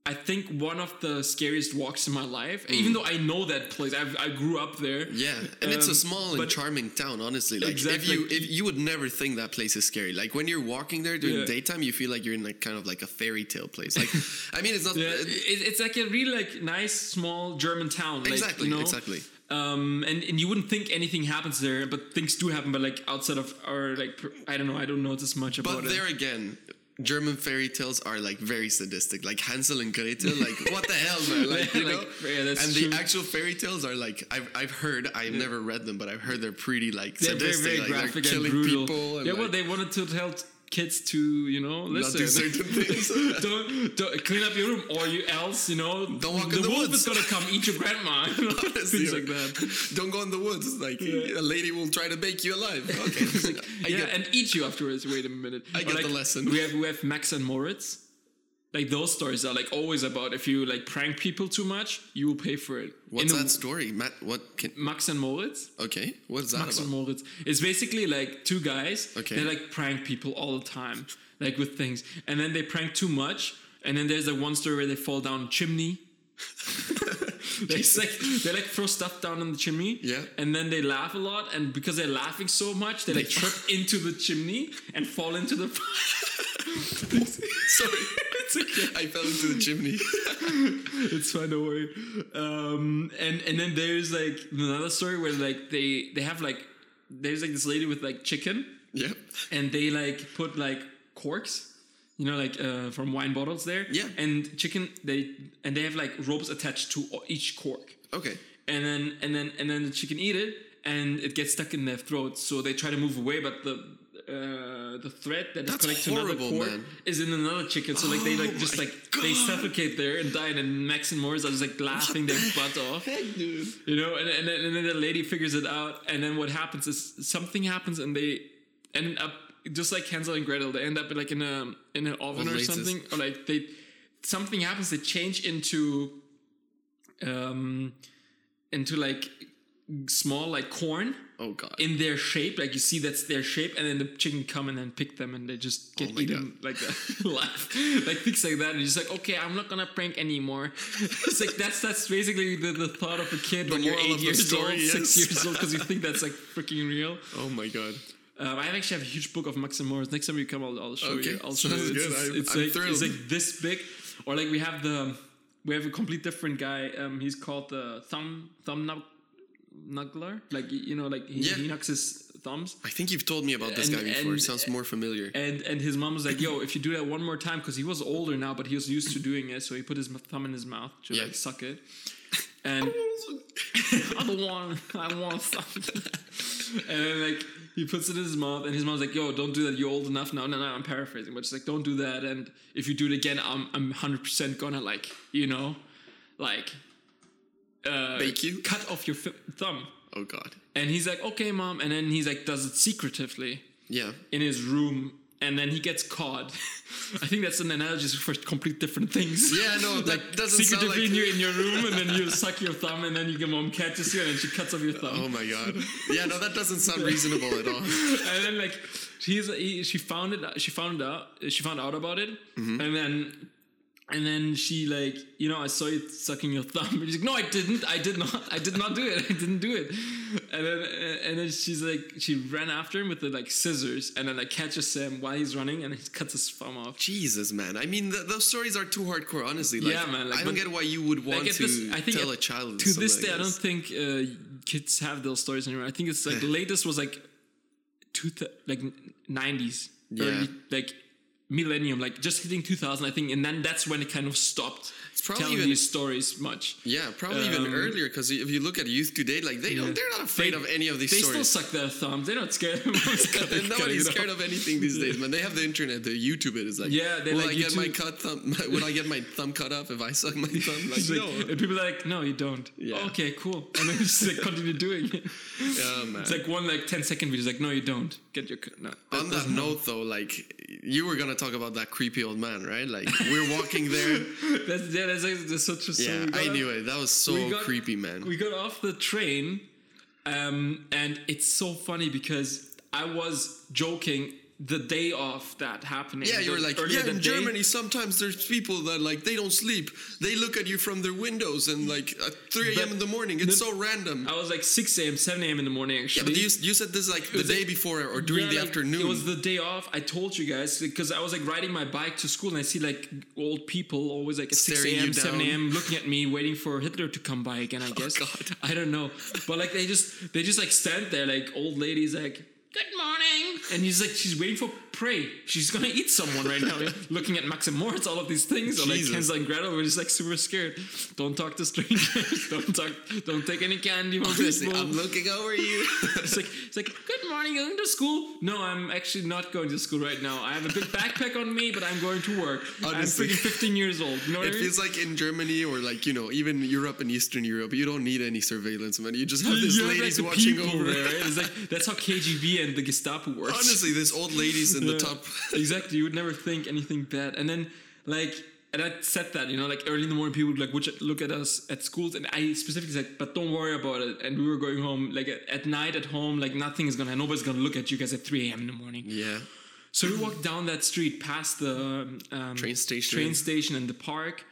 I think one of the scariest walks in my life. Even though I know that place, I've, I grew up there.
Mm. Yeah, and it's a
Um,
small and
but-
charming town. Honestly, like
Exactly.
if you if you would never think that place is scary. Like when you're walking there during
Yeah.
daytime, you feel like you're in like kind of like a fairy tale place. Like, I mean, it's not. uh,
Yeah, it, it's like a really like nice small German town. like,
Exactly,
you know?
exactly.
Um, and and you wouldn't think anything happens there, but things do happen. But like outside of our like, pr- I don't know, I don't notice much about
But
it.
there again, German fairy tales are like very sadistic, like Hansel and Gretel. Like what the hell, man? Like you
Yeah,
know.
like, yeah, that's
and
true.
the actual fairy tales are like I've I've heard. I've never read them, but I've heard they're pretty like
They're very
sadistic.
very
like,
graphic
they're
and
killing
brutal.
people. And,
yeah, well,
like,
they wanted to tell kids to you know
not do
listen.
certain things.
don't, don't clean up your room, or you else, you know,
Don't walk
the
in the
wolf
woods.
is gonna come eat your grandma. you know,
Honestly,
Things like that.
Don't go in the woods. Like
Yeah.
a lady will try to bake you alive. Okay. I
yeah,
get-
and eat you afterwards. Wait a minute.
I
Or
get
like,
the lesson.
We have we have Max and Moritz. Like those stories are like always about if you like prank people too much, you will pay for it.
What's
In the-
that story, Matt? What can?
Max and Moritz.
Okay, what's that
Max and
about?
Moritz. It's basically like two guys.
Okay.
They like prank people all the time, like with things, and then they prank too much, and then there's like one story where they fall down a chimney. It's like they like throw stuff down on the chimney,
Yeah.
and then they laugh a lot, and because they're laughing so much, they like trip into the chimney and fall into the.
Sorry.
it's okay.
I fell into the chimney.
It's fine, don't worry. Um, and and then there's like another story where like they they have like there's like this lady with like chicken,
yep.
and they like put like corks, you know, like uh, from wine bottles there.
Yeah.
And chicken they and they have like ropes attached to each cork.
Okay.
and then and then and then the chicken eat it and it gets stuck in their throat so they try to move away but the uh, the thread that is
That's
connected to
horrible,
another cord
man.
is in another chicken so like they like
Oh
just
my
like they
God.
suffocate there and die and then Max and Morris are just like laughing their butt off
Heck, dude.
you know and, and, then- and then the lady figures it out and then what happens is something happens and they end up just like Hansel and Gretel they end up like in a in an oven or
Omelets.
something or like they something happens they change into um into like small like corn
Oh god.
in their shape like you see that's their shape and then the chicken come and then pick them and they just get
Oh my
eaten like that life like things like that and you're just like okay i'm not gonna prank anymore it's like that's that's basically the, the thought of a kid when you're
moral of
eight
the
years
story
old six
is-
years old because you think that's like freaking real
oh my god.
um, i actually have a huge book of max and morris next time you come i'll, I'll show
Okay,
you I'll show
sounds
you. It's,
good.
it's,
I'm-
it's
I'm
like, it's
thrilled.
like this big or like we have the we have a complete different guy um he's called the thumb thumb Nug- knuckler like you know like he,
Yeah.
he knocks his thumbs
I think you've told me about this
And-
guy before.
and-
Sounds more familiar.
and and his mom was like, "Yo, if you do that one more time, because he was older now, but he was used to doing it, so he put his m- thumb in his mouth to
Yeah.
like suck it." And I don't want, I want something. and then like he puts it in his mouth, and his mom's like, "Yo, don't do that. You're old enough now." No, no, I'm paraphrasing, but she's like, "Don't do that." And if you do it again, I'm I'm hundred percent gonna like you know, like uh,
Bake you?
cut off your f- thumb.
oh god.
And he's like, "Okay, mom." And then he's like, does it secretively
Yeah.
in his room and then he gets caught. I think that's an analogy for complete different things.
Yeah, no, that doesn't sound
secretively
like-
in, your, in your room and then you suck your thumb and then your mom catches you and then she cuts off your thumb.
Oh my god. Yeah, no, that doesn't sound reasonable at all.
and then like she's he, she found it she found out she found out about it
Mm-hmm.
and then and then she like you know I saw you sucking your thumb and she's like no I didn't I did not I did not do it I didn't do it and then and then she's like she ran after him with the like scissors and then like catches him while he's running and he cuts his thumb off
Jesus, man. I mean, th- those stories are too hardcore. Honestly, like,
Yeah, man, like,
I don't
but-
get why you would want
Like, at
to
this- I think
tell
at-
a child
to this
something
day,
like
I don't think uh, kids have those stories anymore. I think it's like latest was like two th- like nineties,
Yeah.
early like millennium, like just hitting two thousand, I think, and then that's when it kind of stopped
probably
telling
even-
these stories much.
Yeah, probably even
Um,
earlier because if you look at youth today, like they
Yeah.
don't—they're not afraid
They-
of any of these
They
stories.
still suck their thumbs. They're not scared. of
Nobody's scared of anything these days, man. They have the internet, they YouTube it. It's like,
Yeah, they
will
like
I get my
YouTube-
cut thumb? Will I get my thumb cut off if I suck my thumb? Like,
It's
no.
like- and people are like, no, you don't. Oh,
Yeah.
Okay, cool. And then just like continue doing it.
Yeah, man.
It's like one like 10 second video. It's like, no, you don't. Get your c- no. That
On that
doesn't-
note, though, like you were gonna talk about that creepy old man, right? Like we're walking there.
Oh That's yeah. That's, that's such a
yeah, I knew it. That was so
we got-
creepy, man.
we got off the train um, and it's so funny because i was joking the day of that happening
Yeah, you were
The-
like,
earlier
yeah,
that
in
day-
Germany, sometimes there's people that like they don't sleep. They look at you from their windows and like at 3 a.m. in the morning. It's so random.
i was like 6 a.m 7 a.m in the morning
yeah,
actually
but you, you said this like the
was
day
like-
before or during
Yeah,
the
like,
afternoon.
It was the day off. I told you guys because I was like riding my bike to school and I see like old people always like at
Staring
6 a.m.,
you down.
7
Oh,
a.m. looking at me, waiting for Hitler to come by again. I guess.
God.
I don't know, but like they just they just like stand there like old ladies like. Good morning, and he's like, she's waiting for prey. She's gonna eat someone right now. Looking at Max and Moritz, all of these things, or like
Jesus.
Hansel and Gretel, we're just like super scared. Don't talk to strangers. don't talk. Don't take any candy from
Honestly,
people.
I'm looking over you.
It's like it's like good morning. Going to school? No, I'm actually not going to school right now. I have a big backpack on me, but I'm going to work.
Honestly.
I'm freaking 15 years old. You know what
it
I mean?
feels like in Germany or like you know even Europe and Eastern Europe, you don't need any surveillance, man. You just have these
You have, like,
ladies
the
watching
people
over.
there, right? It's like that's how KGB and the Gestapo works.
Honestly, these old ladies in
Yeah.
the top.
exactly. You would never think anything bad. And then like and I said that, you know, like early in the morning people would like would look at us at schools and I specifically said, but don't worry about it. And we were going home like at, at night at home, like nothing is gonna nobody's gonna look at you guys at 3 a.m. in the morning.
Yeah.
So we walked down that street past the um,
Train station.
train station and the park,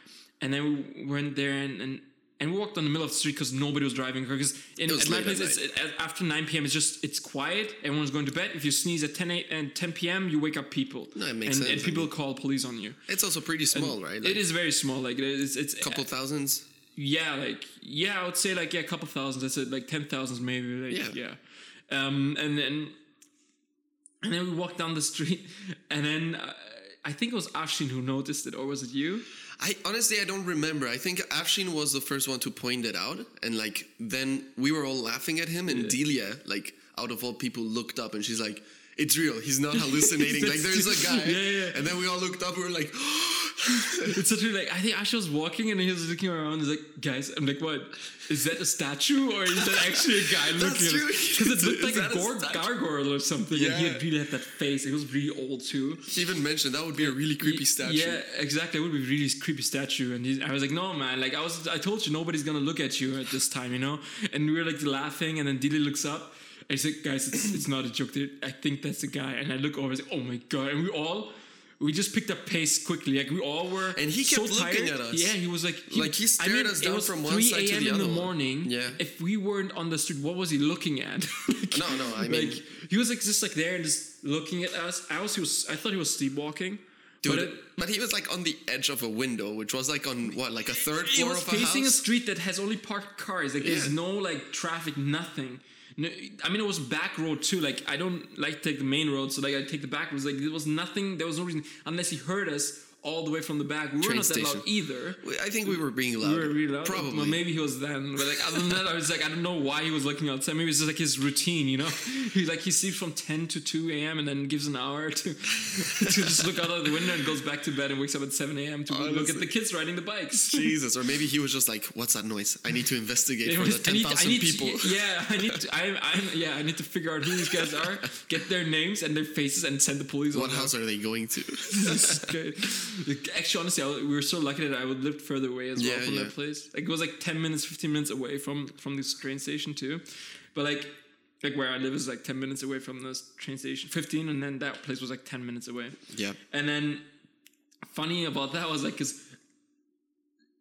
and then we went there and and, and we walked on the middle of the street because nobody was driving because
It
in
was late
Atlanta
at
it's, a- after 9 p.m. it's just it's quiet. Everyone's going to bed. If you sneeze at 10 a- and 10 p.m. you wake up people.
No, it makes
and,
sense,
And
I
people
mean.
call police on you.
It's also pretty small, right?
it is very small. Like it's it's
a couple thousands.
yeah, like yeah, I would say like yeah, a couple thousands. That's it, like ten thousands maybe. Like, yeah,
Yeah.
yeah. Um, and then and then we walked down the street, and then uh, I think it was Ashin who noticed it, or was it you?
I honestly I don't remember. I think Afshin was the first one to point it out, and like then we were all laughing at him, and Delia, like out of all people, looked up and she's like, "It's real. He's not hallucinating. like there's a guy."
Yeah, yeah.
And then we all looked up. We were like,
It's literally like I think Ashin was walking and he was looking around. He's like, guys, I'm like, what? Is that a statue or is that actually a guy looking? at
true.
Because it looked
Is
like
that
a,
a
gor-
statue?
gargoyle or something. And he
Yeah.
had really had that face. It was really old too.
She even mentioned that would be a really creepy statue.
Yeah, exactly. It would be really creepy statue. And he's, I was like, no, man. Like I was, I told you nobody's gonna look at you at this time, you know. And we were like laughing, and then Dili looks up. And he's like, guys, it's, it's not a joke. Dude. I think that's a guy. And I look over. It's like, oh my god. And we all. We just picked up pace quickly. Like we all were,
And he
so
kept looking
tired.
at us.
Yeah, he was like,
Like, he stared us down from one side to
3 a.m.
the
in the
other one.
morning.
Yeah.
If we weren't on the street, what was he looking at? Like-
No, no, I mean-
like he was like just like there and just looking at us. I was, he was I thought he was sleepwalking.
Dude,
but
but,
it,
he was like on the edge of a window, which was like on what, like a third
it
floor
was
of a
facing a
house.
street that has only parked cars. Like there's
Yeah.
no like traffic, nothing. No, I mean it was back road too. Like I don't like to take the main road, so like I take the back roads. Like there was nothing. There was no reason unless he heard us all the way from the back. We were
Train
not that
station.
loud either.
We- I think we were being
We
loud.
were really loud.
Probably.
Well, maybe he was then. But like other than that, I was like, I don't know why he was looking outside. Maybe it's just like his routine, you know? He like he sleeps from 10 to 2 a.m. and then gives an hour to to just look out of the window and goes back to bed and wakes up at 7 a.m.
Oh,
to look at
Honestly.
the kids riding the bikes.
Jesus, or maybe he was just like, "What's that noise? I need to investigate
It
for
was-
the
I
ten
need- I
thousand
need to-
people."
yeah, I need to, I'm, I'm, yeah, I need to figure out who these guys are, get their names and their faces, and send the police.
what
over.
house are they going to?
This is good. Like, Actually, honestly, I, we were so lucky that I would lived further away as well
Yeah,
from
yeah.
that place. Like, it was like ten minutes, fifteen minutes away from from this train station too. But like, like where I live is like ten minutes away from this train station, fifteen, and then that place was like ten minutes away.
yeah.
And then, funny about that was like, cause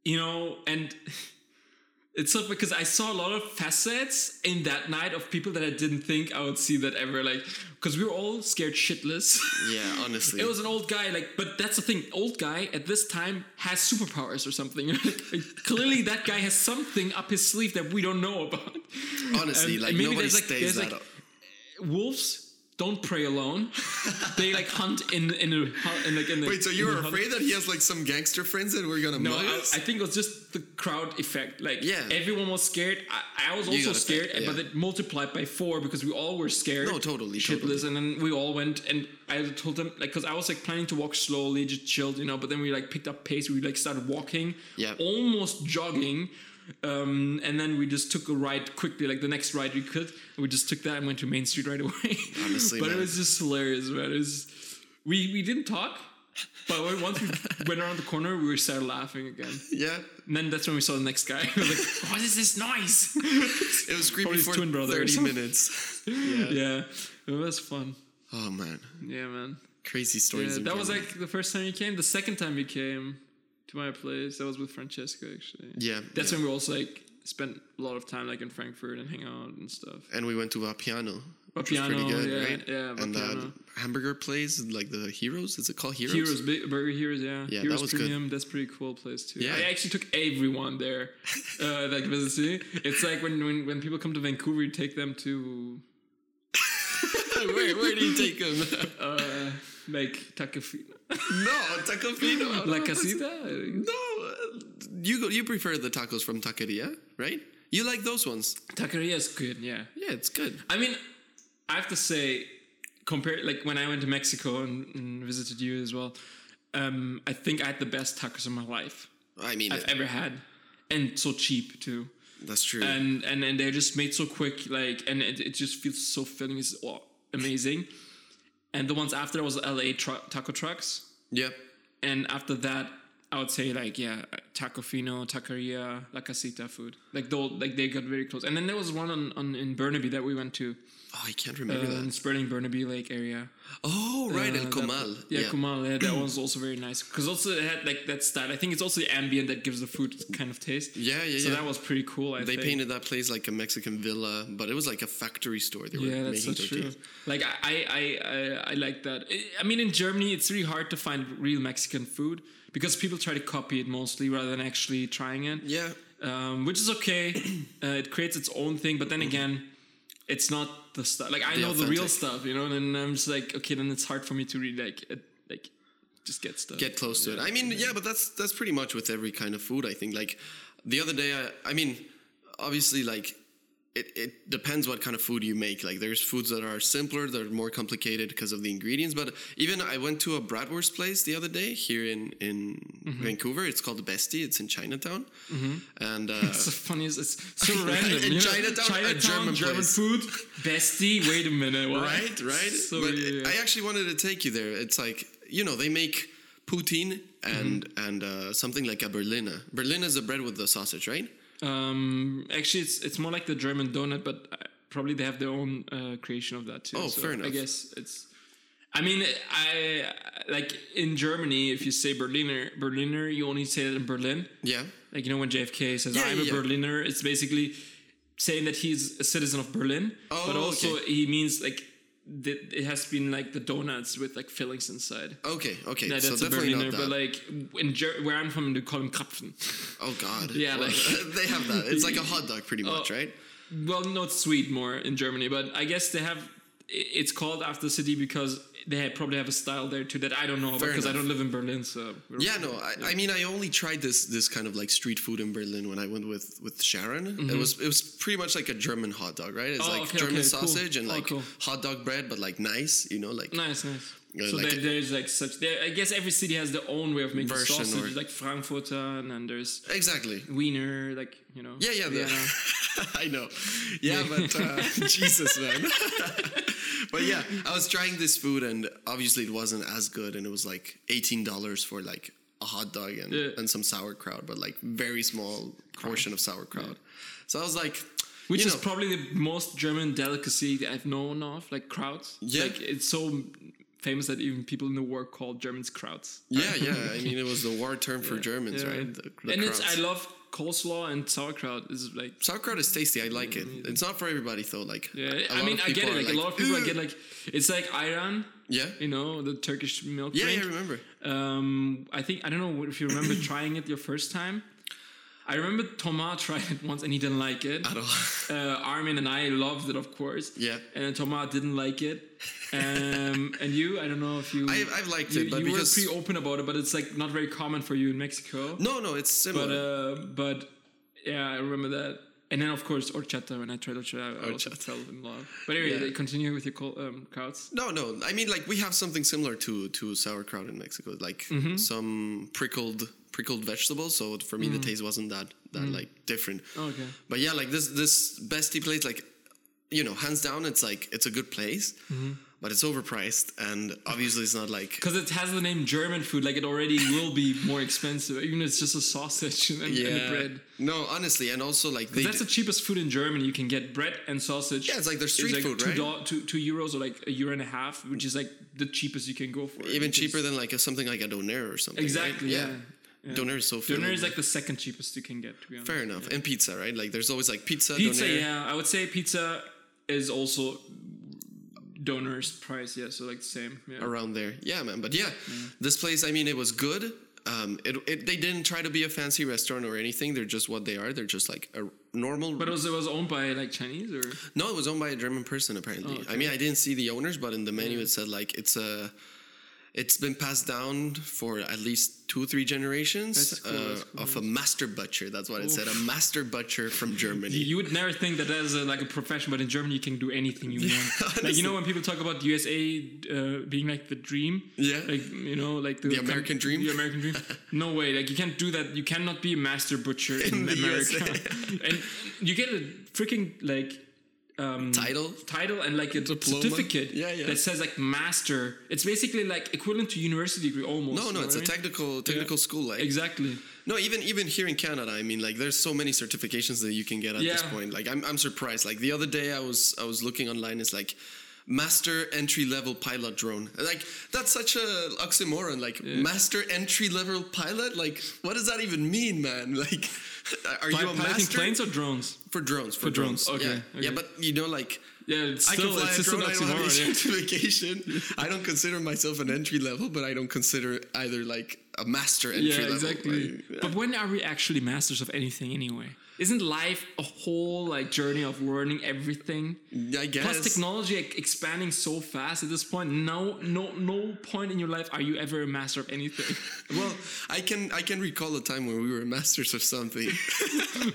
you know, and it's so because I saw a lot of facets in that night of people that I didn't think I would see that ever. Like, because we were all scared shitless.
Yeah, honestly.
It was an old guy, like, but that's the thing. Old guy at this time has superpowers or something. Like, Clearly, that guy has something up his sleeve that we don't know about.
honestly,
and-
like
and maybe
nobody
there's, like-
stays
there's,
that
like-
up.
Wolves don't prey alone; they like hunt in in a hu- in, like in. A,
Wait, so you
in a
were
hunt-
afraid that he has like some gangster friends that were gonna
No,
murder
I,
us?
I think it was just the crowd effect. Like,
Yeah.
everyone was scared. I, I was
You
also
got
scared,
affected,
but
yeah.
it multiplied by four because we all were scared.
No, totally,
Shitless,
totally.
and then we all went, and I told them like, because I was like planning to walk slowly, just chilled, you know. But then we like picked up pace. We like started walking,
Yeah.
almost jogging. Um, and then we just took a ride quickly, like the next ride we could. We just took that and went to Main Street right away.
Honestly,
but it
man.
was just hilarious, man. It was, we we didn't talk, but when- once we went around the corner, we started laughing again.
yeah.
And then that's when we saw the next guy. We were like, what is this noise?
It was creepy
Probably his
for
twin brother or
30
something.
minutes.
yeah, it was fun.
Oh man.
Yeah, man.
Crazy
Yeah,
stories. in
that was
Germany.
like the first time you came. The second time you came to my place, that was with Francesco actually.
Yeah.
That's
yeah.
when we also like spent a lot of time like in Frankfurt and hang out and stuff.
and we went to Vapiano. Which was
Vapiano,
pretty good,
yeah,
right?
yeah,
and the
Vapiano.
hamburger place, like the Heroes, is it called Heroes?
Heroes, Bi- Burger Heroes, yeah.
Yeah, that
Heroes
was good.
Premium, that's pretty cool place too.
Yeah.
I actually took everyone there uh, that visits me. It's like when, when when people come to Vancouver, you take them to
where, where do you take them?
uh, like Takafina,
no, Tacofino.
La Casita. I think.
No, uh, you go, you prefer the tacos from Taqueria, right? You like those ones?
Taqueria is good, yeah.
Yeah, it's good.
I mean, I have to say, compared like when I went to Mexico and, and visited you as well, um, I think I had the best tacos in my life
I mean,
I've ever had, and so cheap too.
that's true.
And and and they're just made so quick, like, and it, it just feels so filling. It's oh, amazing. and the ones after that was LA tru taco trucks,
yeah,
and after that, I would say like yeah, Tacofino, Taqueria, La Casita food. Like they like they got very close. And then there was one on, on in Burnaby that we went to
Oh, I can't
uh,
remember
in
that.
Spreading Burnaby Lake area.
Oh, right,
Uh,
El
that-
Comal.
yeah, Kumal. Yeah, that one's also very nice because also it had like that style. I think it's also the ambient that gives the food its kind of taste.
Yeah, yeah,
So
yeah.
that was pretty cool. I
They
think.
painted that place like a Mexican villa, but it was like a factory store. They were
Yeah, that's so
making
true.
tortillas.
Like I, I, I, I, I like that. I- I mean, in Germany, it's really hard to find real Mexican food because people try to copy it mostly rather than actually trying it.
Yeah,
um, which is okay. uh, it creates its own thing, but then again, it's not the stuff. Like I know the real
Mm-hmm. authentic.
stuff, you know. And then I'm just like, okay, then it's hard for me to read. Like, it, like, just get stuff.
get close to it. I mean, yeah, but that's that's pretty much with every kind of food. I think. Like the other day, I, I mean, obviously, like it, it depends what kind of food you make. Like there's foods that are simpler, that are more complicated because of the ingredients. But even I went to a bratwurst place the other day here in in
Mm-hmm.
Vancouver. It's called Bestie. It's in Chinatown, and uh,
It's the funniest. It's so
Right,
random.
in
you know?
Chinatown, a German place.
food, bestie. Wait a minute, what?
right, right.
So
but
yeah, yeah.
I actually wanted to take you there. It's like you know they make poutine and
Mm-hmm.
and uh, something like a berliner. Berliner is the bread with the sausage, right?
Um, actually, it's it's more like the German donut, but uh, probably they have their own uh, creation of that too.
Oh, fair
I
enough.
guess it's. I mean, I like in Germany. If you say Berliner, Berliner, you only say it in Berlin.
Yeah.
Like you know when JFK says,
Yeah,
"I'm
yeah,
a
yeah.
Berliner," it's basically saying that he's a citizen of Berlin,
Oh,
but also
okay.
he means like th- it has been like the donuts with like fillings inside.
Okay. Okay.
Yeah,
Oh, so
that's a
definitely
Berliner,
not that.
but like in Ger- where I'm from, they call them Krapfen.
oh God.
Yeah,
Well,
like-
they have that. It's like a hot dog, pretty much,
Oh.
right?
well, no, it's sweet more in Germany, but I guess they have. i- It's called after the city because they had- probably have a style there too that I don't know about
Fair
because I
enough.
don't live in Berlin. So we're-
Yeah. No. I, I mean, I only tried this this kind of like street food in Berlin when I went with with Sharon. It was it was pretty much like a German hot dog, right? It's
Mm-hmm. Oh,
like
okay,
German
okay, cool.
sausage and
Oh,
like
cool.
hot dog bread, but like nice, you know, like
nice, nice.
Yeah,
so
like
there,
a-
there's like such. There, I guess every city has their own way of making
Version
sausage,
or-
like Frankfurter, and then there's
exactly.
Wiener, like you know.
Yeah, yeah,
Vienna.
the, I know. Yeah, but uh, Jesus, man. but yeah, I was trying this food, and obviously it wasn't as good, and it was like eighteen dollars for like a hot dog and,
Yeah.
and some sauerkraut, but like very small portion of sauerkraut. So I was like,
Which
you
is
know,
probably the most German delicacy that I've known of, like krauts.
Yeah.
Like it's so famous that even people in the war call Germans krauts.
yeah, yeah. I mean, it was the war term for Germans,
Yeah.
right? The, the
and it's
krauts.
I love coleslaw and sauerkraut is like
sauerkraut is tasty. I like it. It's not for everybody though. Like,
Mm-hmm. yeah.
a
I
lot
mean
of
I get
people
it.
are
Like, a lot of people I
"Ugh."
get like it's like Iran,
yeah,
you know, the Turkish milk
yeah, yeah.
drink.
I remember.
Um, I think I don't know if you remember trying it your first time. I remember Thomas tried it once and he didn't like it.
I don't-
uh, Armin and I loved it, of course.
Yeah.
And then Thomas didn't like it. Um, and you, I don't know if you.
I- I've liked
you,
it, but
you
because-
were pretty open about it, but it's like not very common for you in Mexico.
No, no, it's similar.
But uh, but yeah, I remember that. And then of course horchata. When I tried horchata, I also
Horchata.
fell in love. But anyway,
Yeah.
continue with your col- um, crowds.
No, no. I mean, like we have something similar to to sauerkraut in Mexico, like
Mm-hmm.
some prickled prickled vegetables. So for me, the
Mm.
taste wasn't that that like different.
Okay.
But yeah, like this this bestie place, like you know, hands down, it's like it's a good place,
Mm-hmm.
but it's overpriced, and obviously it's not like
Because it has the name German food, like it already will be more expensive, even if it's just a sausage and, and a bread.
No, honestly, and also like they
That's the cheapest food in Germany. You can get bread and sausage.
Yeah, it's like their street
like
food,
two
right?
doll- two, two euros or like a euro and a half, which is like the cheapest you can go for. it.
even
Because-
cheaper than like a, something like a doner or something. right?
Exactly. Yeah.
Doner is so.
Doner
filling,
is like the second cheapest you can get. To be honest.
fair enough, and pizza, right? Like there's always like pizza,
Pizza,
doner.
yeah. I would say pizza is also donor's price, yeah. So like the same. Yeah.
around there. Yeah, man. But yeah,
Mm.
this place. I mean, it was good. Um, it, it they didn't try to be a fancy restaurant or anything. They're just what they are. They're just like a normal.
But also it was owned by like Chinese or
no, it was owned by a German person
Oh,
apparently. I mean, I didn't see the owners, but in the menu it said like it's a. It's been passed down for at least two, three generations
That's cool,
uh,
that's cool,
of a master butcher. That's what it said. A master butcher from Germany.
you would never think that that is a, like a profession, but in Germany you can do anything you want. Like you know when people talk about USA uh, being like the dream,
Yeah.
like you know like the,
American dream?
the American dream. no way, like you can't do that. You cannot be a master butcher in,
the
America,
USA.
and you get a freaking like um,
Title?
title and like a
Diploma?
certificate
Yeah, yeah.
that says like master. It's basically like equivalent to university degree almost.
No,
you
no,
know
it's a
what I mean?
technical technical school. Like
Exactly.
no, even even here in Canada, I mean, like there's so many certifications that you can get at this
Yeah.
point. Like I'm I'm surprised. Like the other day, I was I was looking online. It's like master entry level pilot drone. Like that's such a oxymoron. Like master entry level pilot. Like what does that even mean, man? Like are
Pi-
you a
piloting
master
planes or drones?
for drones? For,
drones,
drones.
okay,
Yeah. yeah,
okay.
but you know, like.
Yeah, it's
I can
still
fly
it's
a
just an
drone. I don't have any
oxymoron. yeah.
certification. I don't consider myself an entry level, but I don't consider either like a master entry
Yeah,
level.
exactly.
Like, yeah.
But when are we actually masters of anything anyway? Isn't life a whole like journey of learning everything?
I guess.
Plus technology like, expanding so fast at this point. No, no, no point in your life are you ever a master of anything.
well, I can I can recall a time where we were masters of something.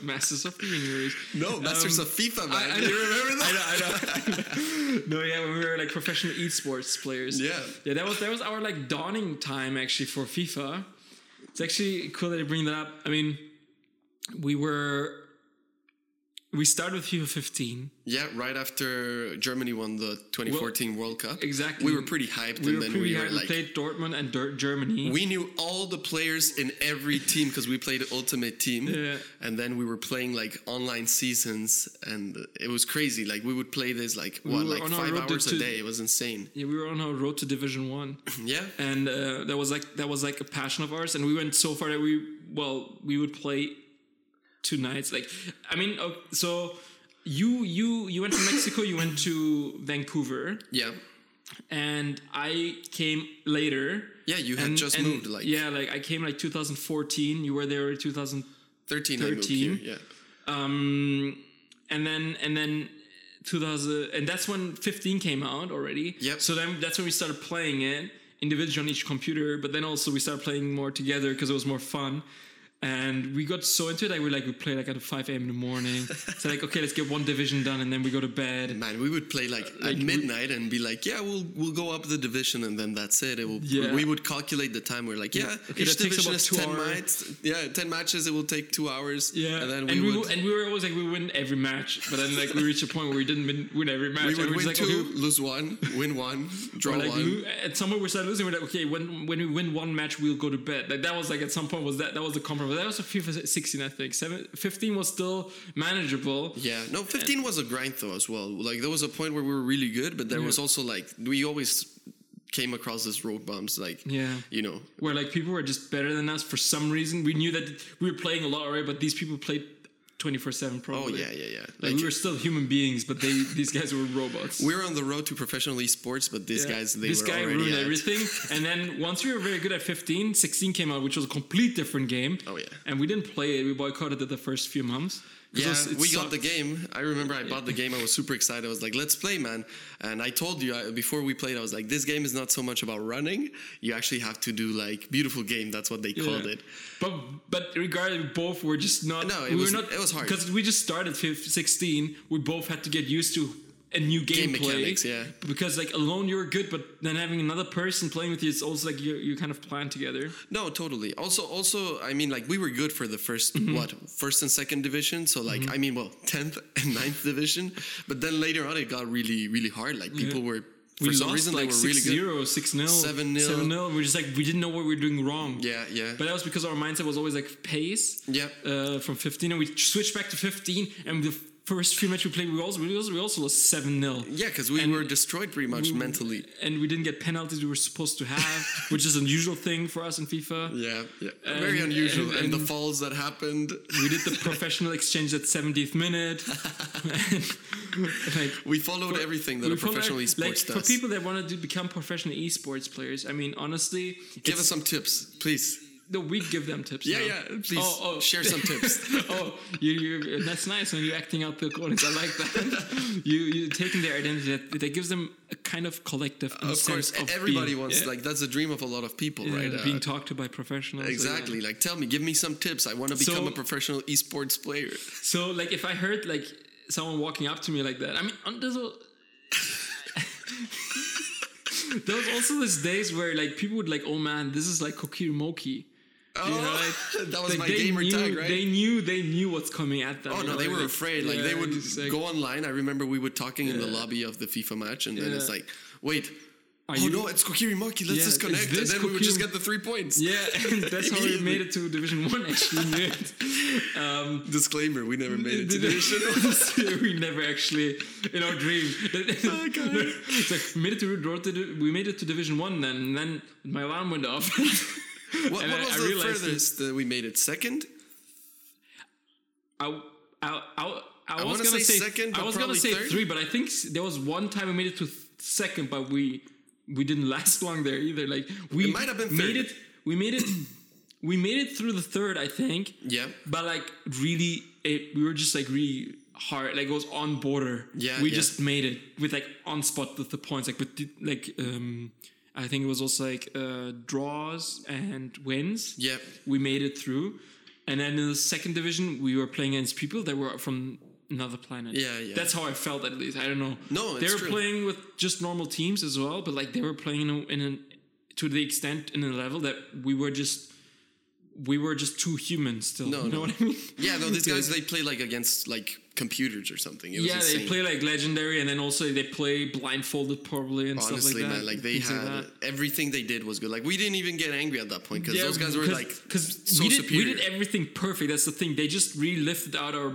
masters of the universe.
No, masters
Um,
of FIFA, man.
I- I-
you remember that?
no, yeah, when we were like professional esports players.
Yeah.
yeah, that was that was our like dawning time actually for FIFA. It's actually cool that you bring that up. I mean, we were we started with FIFA 15.
yeah, right after Germany won the 2014 World Cup.
exactly.
We were pretty hyped,
We
and
were
then
pretty
we were
hard. We
like.
played Dortmund and Dirt Germany.
we knew all the players in every team because we played ultimate team
Yeah.
and then we were playing like online seasons and it was crazy like we would play this like what
were
like
on our
five
road to-
hours a
to-
day it was insane
yeah, we were on our road to Division One.
yeah
and uh, that was like that was like a passion of ours and we went so far that we well we would play two nights like i mean ok- so you you you went to mexico you went to vancouver
yeah
and i came later
yeah you had
and,
just
and-
moved like
yeah like i came like 2014 you were there in 2000
13, I moved here
13.
yeah
um and then and then 2000 and that's when 15 came out already
Yep.
so then that's when we started playing it individually on each computer but then also we started playing more together because it was more fun and we got so into it like we like we played like at 5 a.m in the morning so like okay let's get one division done and then we go to bed
man we would play like,
Uh, like,
at
we-
midnight and be like yeah we'll we'll go up the division and then that's it it will
Yeah.
we would calculate the time we're like yeah,
Okay,
each
that takes
division
about
is
two
10
hours.
mites- yeah 10 matches it will take 2 hours
yeah
and then we
and, we
would
wo- and we were always like we win every match but then like we reached a point where we didn't win, win every match
we
and
would
we're
win
just
two,
like okay
lose one, win one, draw
Or like
one.
lo- at some point we started losing. We're like, okay, when when we win one match, we'll go to bed. Like that was like at some point was that that was the compromise. That was a FIFA 16, I think. Seven, 15 was still manageable.
Yeah, no, 15 was a grind though as well. Like there was a point where we were really good, but there was also like we always came across this road bumps, like
Yeah.
you know,
Where like people were just better than us for some reason. We knew that we were playing a lot already, but these people played twenty four seven.
oh
Probably.
yeah, yeah, yeah.
Like,
Like
we were still human beings, but they these guys were robots.
we were on the road to professional esports, but these
Yeah.
guys they
this
were
guy
already
ruined
at-
everything. and then once we were very good at 15, 16 came out, which was a complete different game.
Oh, yeah.
And we didn't play it. We boycotted it the first few months. 'Cause it
Yeah,
was- it
we
sucked.
got the game. I remember I bought the game. I was super excited. I was like, "Let's play, man!" And I told you I, before we played, I was like, "This game is not so much about running. You actually have to do like beautiful game. That's what they called
Yeah.
it."
But but regardless, both were just not.
No, it
we
was-
were not,
it was hard.
because we just started fif- sixteen. We both had to get used to a new
Game
gameplay.
mechanics, yeah.
Because like alone you're good, but then having another person playing with you, it's also like you you kind of plan together.
No, totally. Also, also, I mean, like we were good for the 1st
Mm-hmm.
what first and second division. So like, I mean, well, tenth and 9th division. But then later on, it got really, really hard. Like people were for
we
some
lost
reason
like
they were really
six
good.
zero, six nil,
7-0.
seven nil. We're just like we didn't know what we were doing wrong.
Yeah, yeah,
But that was because our mindset was always like pace.
yeah.
Uh, from 15, and we switched back to 15, and the first few matches we played, we also we also, we also lost seven 0
yeah, because we
and
were destroyed pretty much
we-
mentally.
and we didn't get penalties we were supposed to have, which is an unusual thing for us in FIFA.
Yeah, yeah.
And-
Very unusual.
and-
And, the
and-
falls that happened.
We did the professional exchange at 70th minute. like,
We followed everything that
we
a professional
probably-
esports
like,
does.
for people that want to do, become professional esports players, I mean, honestly,
Give
it's-
us some tips, please.
no, we give them tips.
Yeah,
now.
yeah. Please share some tips.
oh, you, you, that's nice when you're acting out the audience. I like that. you, you're taking their identity. That, that gives them a kind of collective.
Of course,
of
everybody
being-
wants
yeah,
like that's a dream of a lot of people,
yeah,
right?
being
Uh,
talked to by professionals. so yeah.
Exactly. Like, tell me, give me some tips. I want to become
So-
a professional esports player.
So like if I heard like someone walking up to me like that, I mean on this was there was also these days where like people would like, oh man, this is like Kokiri Moki. You know,
Oh,
like-
that was
like,
my
they
gamer
knew,
tag, right?
They knew they knew what's coming at them.
Oh
you
no,
know,
they were afraid. Like they
yeah,
would
just like,
go online. I remember we were talking in the
Yeah.
lobby of the FIFA match, and then it's
Yeah.
like, wait,
Are
oh
you-
no, it's Kokirimaki. Let's
Yeah, it's
disconnect, and
this
then we would just
Kokiri-
get the three points.
Yeah, and that's how we made it to Division One. Actually, knew it. Um,
Disclaimer: We never made it to
did
division.
it- we never actually in our dream.
God.
it's like we made it to, draw to di- we made it to Division One then, and then my alarm went off. and
What, what
I,
was
I
the
realized it-
furthest that we made it? Second?
I I I, I was
wanna
gonna
say
say,
second,
I
but
was gonna
probably
say
third.
three, but I think s- there was one time we made it to th- second, but we we didn't last long there either. Like we
It might have been
made
third.
it. We made it. we made it through the third, I think.
Yeah.
But like really, it, we were just like really hard. Like it was on border.
Yeah,
We
yeah.
just made it with like on spot with the points. Like with the, like um, I think it was also like uh draws and wins
Yeah.
we made it through. And then in the second division, we were playing against people that were from another planet.
Yeah, yeah.
That's how I felt, at least. I don't know.
No,
they
it's
were
true.
playing with just normal teams as well, but like they were playing in, a, in an to the extent in a level that we were just we were just too human still.
No,
you know
no.
what I mean?
Yeah, no, these guys they play like against like computers or something. It was
yeah,
insane.
they play like legendary, and then also they play blindfolded probably and
Honestly,
stuff like that.
man, like they
things
had
that.
everything they did was good. Like we didn't even get angry at that point because those guys were like
because
so
we did
superior.
we did everything perfect. That's the thing. They just really lifted out our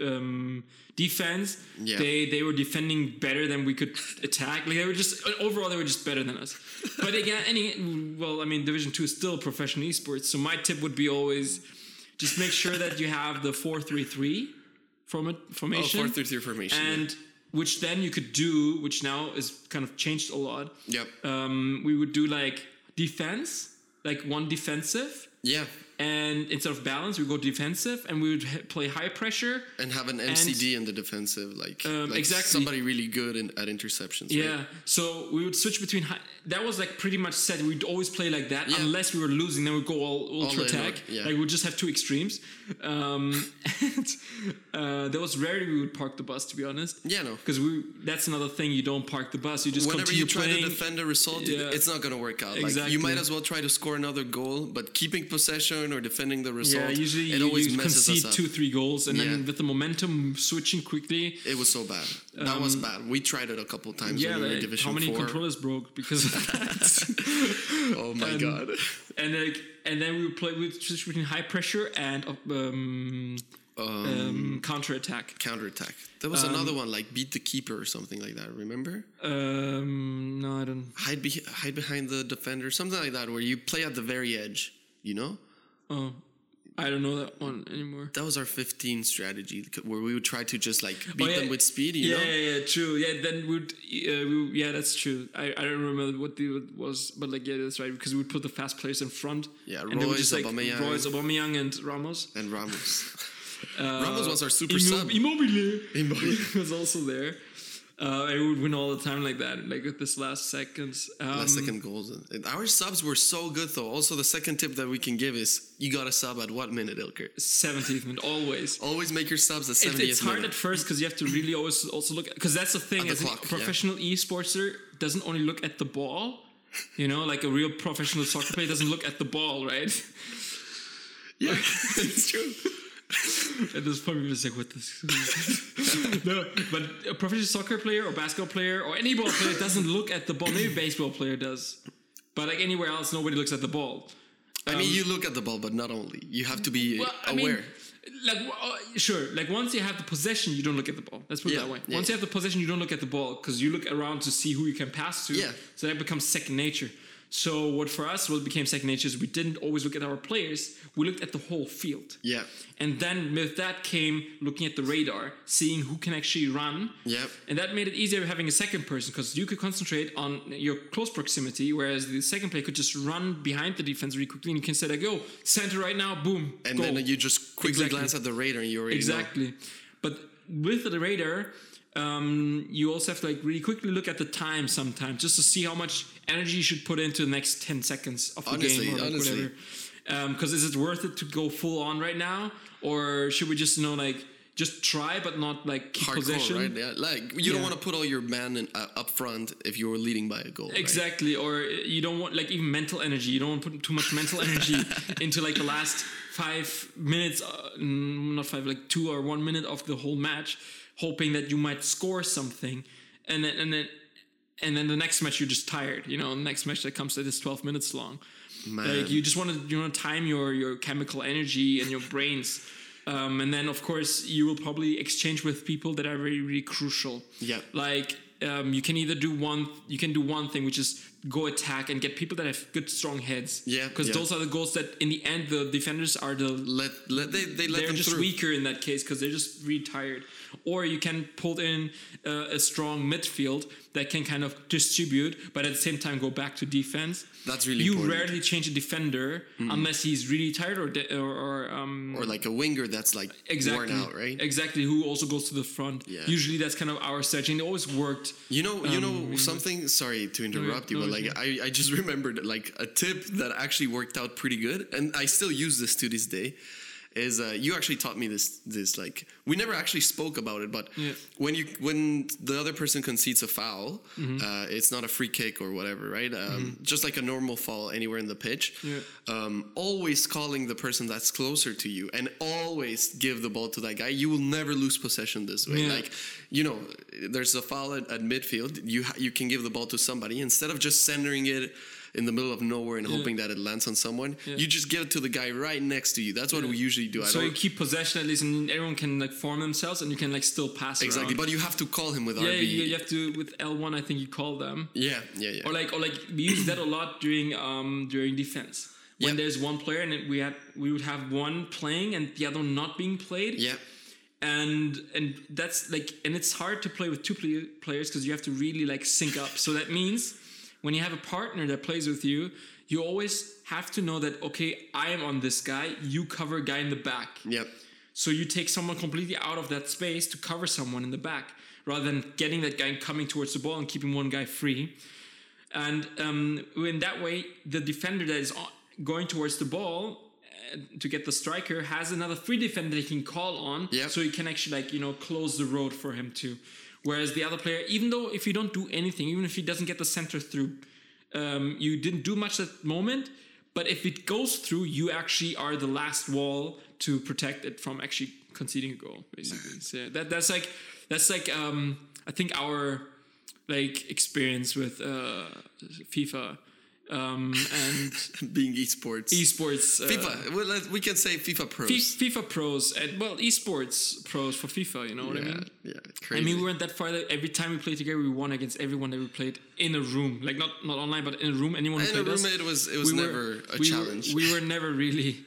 um, defense.
Yeah.
They they were defending better than we could attack. Like they were just overall they were just better than us. But again, any well, I mean, Division Two is still professional esports. So my tip would be always just make sure that you have the four three three format
oh,
formation.
four through three formation. yeah.
and which then you could do, which now is kind of changed a lot
yep.
um, we would do like defense, like one defensive,
yeah,
and instead of balance, we go defensive, and we would h- play high pressure.
and have an MCD in the defensive, like,
Um,
like
exactly.
somebody really good in, at interceptions. right?
Yeah, so we would switch between. High, that was like pretty much set. We'd always play like that
Yeah.
unless we were losing. Then we'd go all ultra
in,
attack.
yeah.
Like we'd just have two extremes. Um, and uh, there was rarely we would park the bus to be honest.
Yeah, no.
Because we that's another thing. You don't park the bus. You just
Whenever
continue
you try
playing.
to defend a result, it-
Yeah.
it's not going to work out. Like
Exactly.
you might as well try to score another goal, but keeping possession or defending the result,
Yeah, usually
it
you,
always
you
messes
concede
us up.
two, three goals, and
Yeah.
then with the momentum switching quickly,
It was so bad. That was bad. We tried it a couple times
Um, yeah,
when we were
like,
Division
how many
Four.
controllers broke because of that?
oh my
and-
god!
and like, and then we would play with switch between high pressure and um,
Um,
um, counter attack.
counterattack. There was another one like beat the keeper or something like that. Remember?
Um, no, I don't.
Hide be- hide behind the defender, something like that, where you play at the very edge. You know,
Oh, I don't know that one anymore.
that was our 15 strategy c- where we would try to just like beat
Oh, yeah.
them with speed. You
yeah,
know,
yeah, yeah, true. Yeah, then we'd, uh, we, yeah, that's true. I, I don't remember what the what was, but like, yeah, that's right. Because we'd put the fast players in front.
Yeah,
and they would
Royce,
just like
Aubameyang.
Royce, Aubameyang, and Ramos.
and Ramos.
Uh,
Ramos was our super
Immo-
sub.
Immobile.
Immobile.
was also there. Uh, I would win all the time like that, like with this last seconds. Um,
Last second goals. And Our subs were so good though. Also, the second tip that we can give is you got to sub at what minute, Ilker?
70th minute, always.
Always make your subs at 70th
It, it's hard
minute.
at first because you have to really always also look because that's the thing.
the
as a
clock, yeah.
professional esportser doesn't only look at the ball, you know, like a real professional soccer player doesn't look at the ball, right?
yeah, it's true.
At this point, we're just like, what this? no, but a professional soccer player or basketball player or any ball player doesn't look at the ball. Maybe a baseball player does, but like anywhere else, nobody looks at the ball.
I mean, you look at the ball, but not only. You have to be
Um, Well, I
aware.
mean, like w- uh, sure, like once you have the possession, you don't look at the ball. Let's put
Yeah,
it that way.
yeah,
once you have the possession, you don't look at the ball because you look around to see who you can pass to.
Yeah.
So that becomes second nature. So what for us, what became second nature is we didn't always look at our players. We looked at the whole field.
yeah.
And then with that came looking at the radar, seeing who can actually run.
Yeah.
And that made it easier having a second person because you could concentrate on your close proximity, whereas the second player could just run behind the defense really quickly and you can say like, "Yo, center right now, boom."
And
goal."
then you just quickly
Exactly.
glance at the radar and you already know.
exactly. But with the radar, um, you also have to like really quickly look at the time sometimes just to see how much energy you should put into the next ten seconds of the
Honestly,
game or like Um,
honestly.
whatever. Because is it worth it to go full on right now, or should we just you know like just try but not like keep
Hardcore,
possession.
right? Yeah, like you don't
Yeah.
want to put all your man in, uh, up front if you're leading by a goal. right?
Exactly, or you don't want like even mental energy. You don't want to put too much mental energy into like the last five minutes, uh, mm, not five, like two or one minute of the whole match, hoping that you might score something, and then and then and then the next match you're just tired. You know, the next match that comes that is twelve minutes long.
Man.
Like you just want to you want to time your your chemical energy and your brains. Um, and then, of course, you will probably exchange with people that are very, really crucial
Yeah.
like um, you can either do one you can do one thing which is go attack and get people that have good strong heads
Yeah,
because
yeah.
those are the goals that in the end the defenders are the
Let let they they let
they're
them
just
through.
weaker in that case because they're just really tired or you can pull in uh, a strong midfield that can kind of distribute but at the same time go back to defense
That's really
you
important. Mm-hmm.
rarely change a defender unless he's really tired or de- or, or um
or like a winger that's like
exactly
worn out, right?
exactly who also goes to the front
Yeah.
usually that's kind of our strategy and it always worked
You know, you
Um,
know
we-
something. Sorry to interrupt you,
no,
but
it's
like I, I just remembered like a tip that actually worked out pretty good, and I still use this to this day. Is uh, you actually taught me this? This like we never actually spoke about it, but
Yeah.
when you when the other person concedes a foul,
Mm-hmm.
uh, it's not a free kick or whatever, right? Um, Just like a normal foul anywhere in the pitch.
Yeah.
Um, always calling the person that's closer to you, and always give the ball to that guy. You will never lose possession this way.
Yeah.
Like you know, there's a foul at, at midfield. You ha- you can give the ball to somebody instead of just centering it in the middle of nowhere and hoping that it lands on someone. You just give it to the guy right next to you. That's what we usually do. I
So you
don't
keep possession at least, and everyone can like form themselves, and you can like still pass
exactly,
around.
but you have to call him with
yeah,
RB.
you, you have to with L one. I think you call them,
yeah, yeah, yeah.
or like or like we use that a lot during um during defense when
Yeah.
there's one player and we had we would have one playing and the other not being played.
yeah,
and and that's like and it's hard to play with two play- players because you have to really like sync up so that means when you have a partner that plays with you you always have to know that okay i am on this guy you cover guy in the back
yeah,
so you take someone completely out of that space to cover someone in the back, rather than getting that guy and coming towards the ball and keeping one guy free. And um, in that way, the defender that is on- going towards the ball uh, to get the striker has another free defender he can call on,
Yeah.
so he can actually like you know close the road for him too. Whereas the other player, even though if you don't do anything, even if he doesn't get the center through, um, you didn't do much that moment but if it goes through you actually are the last wall to protect it from actually conceding a goal basically so that, that's like that's like um, i think our like experience with uh, fifa um, and
Being esports,
esports uh,
FIFA. Well, let, we can say FIFA pros.
Fi- FIFA pros and well, esports pros for FIFA. You know what
yeah,
I mean?
yeah, crazy.
I mean, we weren't that far. That every time we played together, we won against everyone that we played in a room, like not not online, but in a room. Anyone who
and a
played us,
roommate was it was never a
we
challenge.
Were, we were never really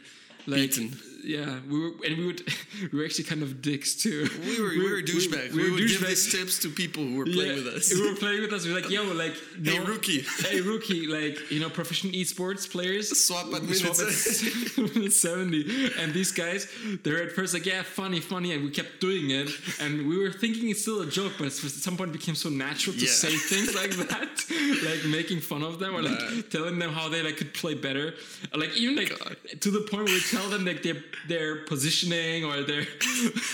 like
Beaten.
Yeah, we were, and we would we were actually kind of dicks too.
we were, we were douchebags. We, would give these tips to people who were playing
Yeah,
with us.
We were playing with us. We were like, yo, like
hey,
no-
rookie.
Hey rookie, like you know, professional esports players
Swap at
we swap
minutes.
at minute seventy, and these guys, they were at first like, yeah, funny, funny, and we kept doing it, and we were thinking it's still a joke, but at some point it became so natural to
Yeah.
say things like that, like making fun of them or like
Nah.
telling them how they like could play better, Or, like even like
God.
to the point where we tell them like their their positioning or their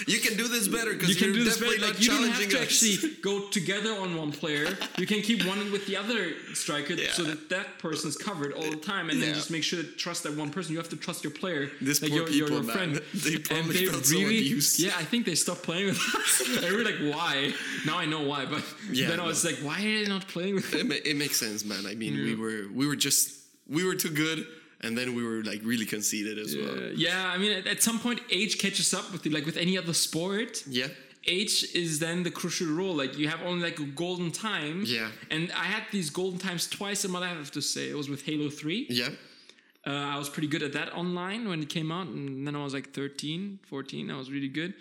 You can do this better because
you can
are
do this
definitely
very
not
like you don't have
challenging
to
us.
actually go together on one player. You can keep one with the other striker so
Yeah.
that that person's covered all the time, and then
Yeah.
just make sure to trust that one person. You have to trust your player,
These
like
poor
your, your,
people,
your
man.
friend.
They probably felt so abused.
Yeah, I think they stopped playing with us. and we were like, why? Now I know why, but
Yeah,
then
no.
I was like, why are they not playing with us?
It, ma- it makes sense, man. I mean, we were we were just we were too good, and then we were like really conceited as well.
yeah, I mean, at, at some point, age catches up with you, like with any other sport.
Yeah,
age is then the crucial role. Like you have only like a golden time.
Yeah.
And I had these golden times twice in my life. I have to say it was with Halo Three.
yeah,
Uh, I was pretty good at that online when it came out, and then I was like 13, 14. I was really good,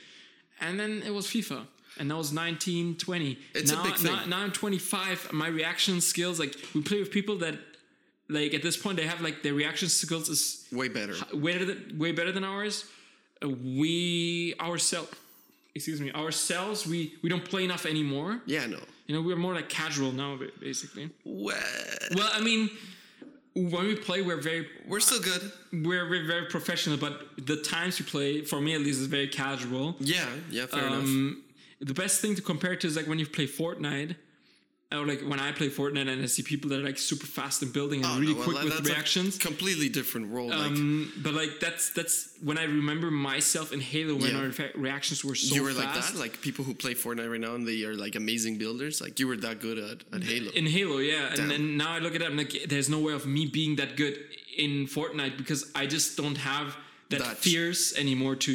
and then it was FIFA. And I was 19, 20.
It's a
now,
big thing.
Now, now I'm 25. My reaction skills, like we play with people that, like at this point, they have like their reaction skills is
way better.
way better than, way better than ours. Uh, we ourselves, excuse me, ourselves. We we don't play enough anymore.
Yeah, no.
You know, we're more like casual now, ba- basically.
Well,
Well, I mean, when we play, we're very
We're still good.
we're, we're very professional, but the times we play, for me at least, is very casual.
Yeah, yeah, fair enough.
Um, the best thing to compare it to is like when you play Fortnite, or like when I play Fortnite and I see people that are like super fast in building and
Oh,
really
no, well,
quick
that-
with
that's a
reactions.
completely different world. like
Um, but like that's that's when I remember myself in Halo when
Yeah.
our fa- reactions were so
you were like
fast.
that, like people who play Fortnite right now and they are like amazing builders. Like you were that good at, at Halo.
in Halo, yeah,
Damn.
and, and now I look at it, I'm like, there's no way of me being that good in Fortnite because I just don't have that
That-
fierce anymore to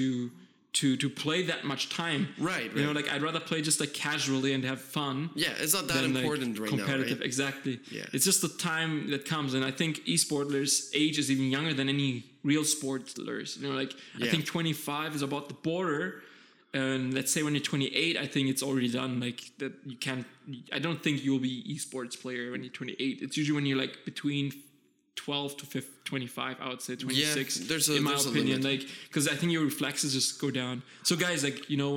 to to play that much time.
Right,
You know,
right.
like I'd rather play just like casually and have fun.
yeah, it's not that
than, like,
important right now.
competitive,
Right?
exactly.
Yeah.
It's just the time that comes, and I think esportlers' age is even younger than any real sportlers. You know, like I
Yeah.
think 25 is about the border, and let's say when you're 28, I think it's already done. Like that, you can't. I don't think you'll be esports player when you're 28. It's usually when you're like between 12 to 15, 25. I would say 26.
there's a-
in my
there's a
opinion, like because I think your reflexes just go down. So guys, like you know,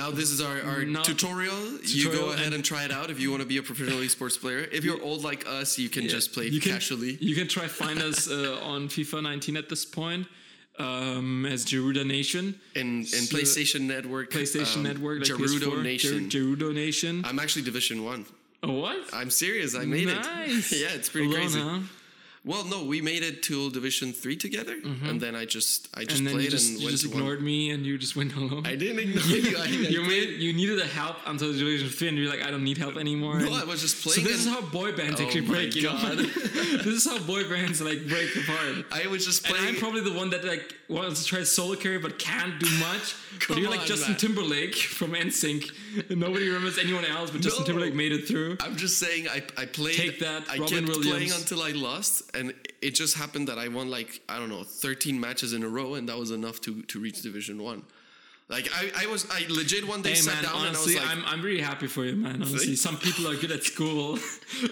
Now this is our, our
Now-
tutorial. You
Tutorial
go ahead
and-
and, try it out if you want to be a professional esports player. If you're old like us, you can just play
you can,
casually.
You can try find us uh, on FIFA 19 at this point um, as Gerudo Nation,
in in
So-
PlayStation Network,
PlayStation
Eh, um,
Network, like
Gerudo
PS4,
Nation.
Ger- Gerudo Nation.
I'm actually Division One.
oh, what?
I'm serious. I made
nice.
it. yeah, it's pretty
Alone,
crazy.
huh?
Well, no, we made it till Division Three together, and then I just I just
Mm-hmm. And then
played
you just,
and
you
went
just
to one.
ignored me and you just went alone.
I didn't ignore you. I,
you made you needed the help until the division three, and you're like, I don't need help anymore.
no,
and-
I was just
so
playing.
this is
and
how boy bands
Oh
actually
my
break, you know.
God.
this is how boy bands like break apart.
I was just
And
playing.
I'm probably the one that like wants to try solo carry but can't do much. but
Come
you're like
on,
Justin
man.
Timberlake from NSYNC. And nobody remembers anyone else, but Justin
No.
Timberlake made it through.
I'm just saying I, I played
Take that,
I
Robin
kept playing
Williams.
until I lost and it just happened that I won like I don't know 13 matches in a row and that was enough to to reach division 1. Like I, I was I legit one day
Hey
sat
man,
down
honestly,
and I was
I'm, I'm really happy for you, man. Honestly,
Thank-
some people are good at school,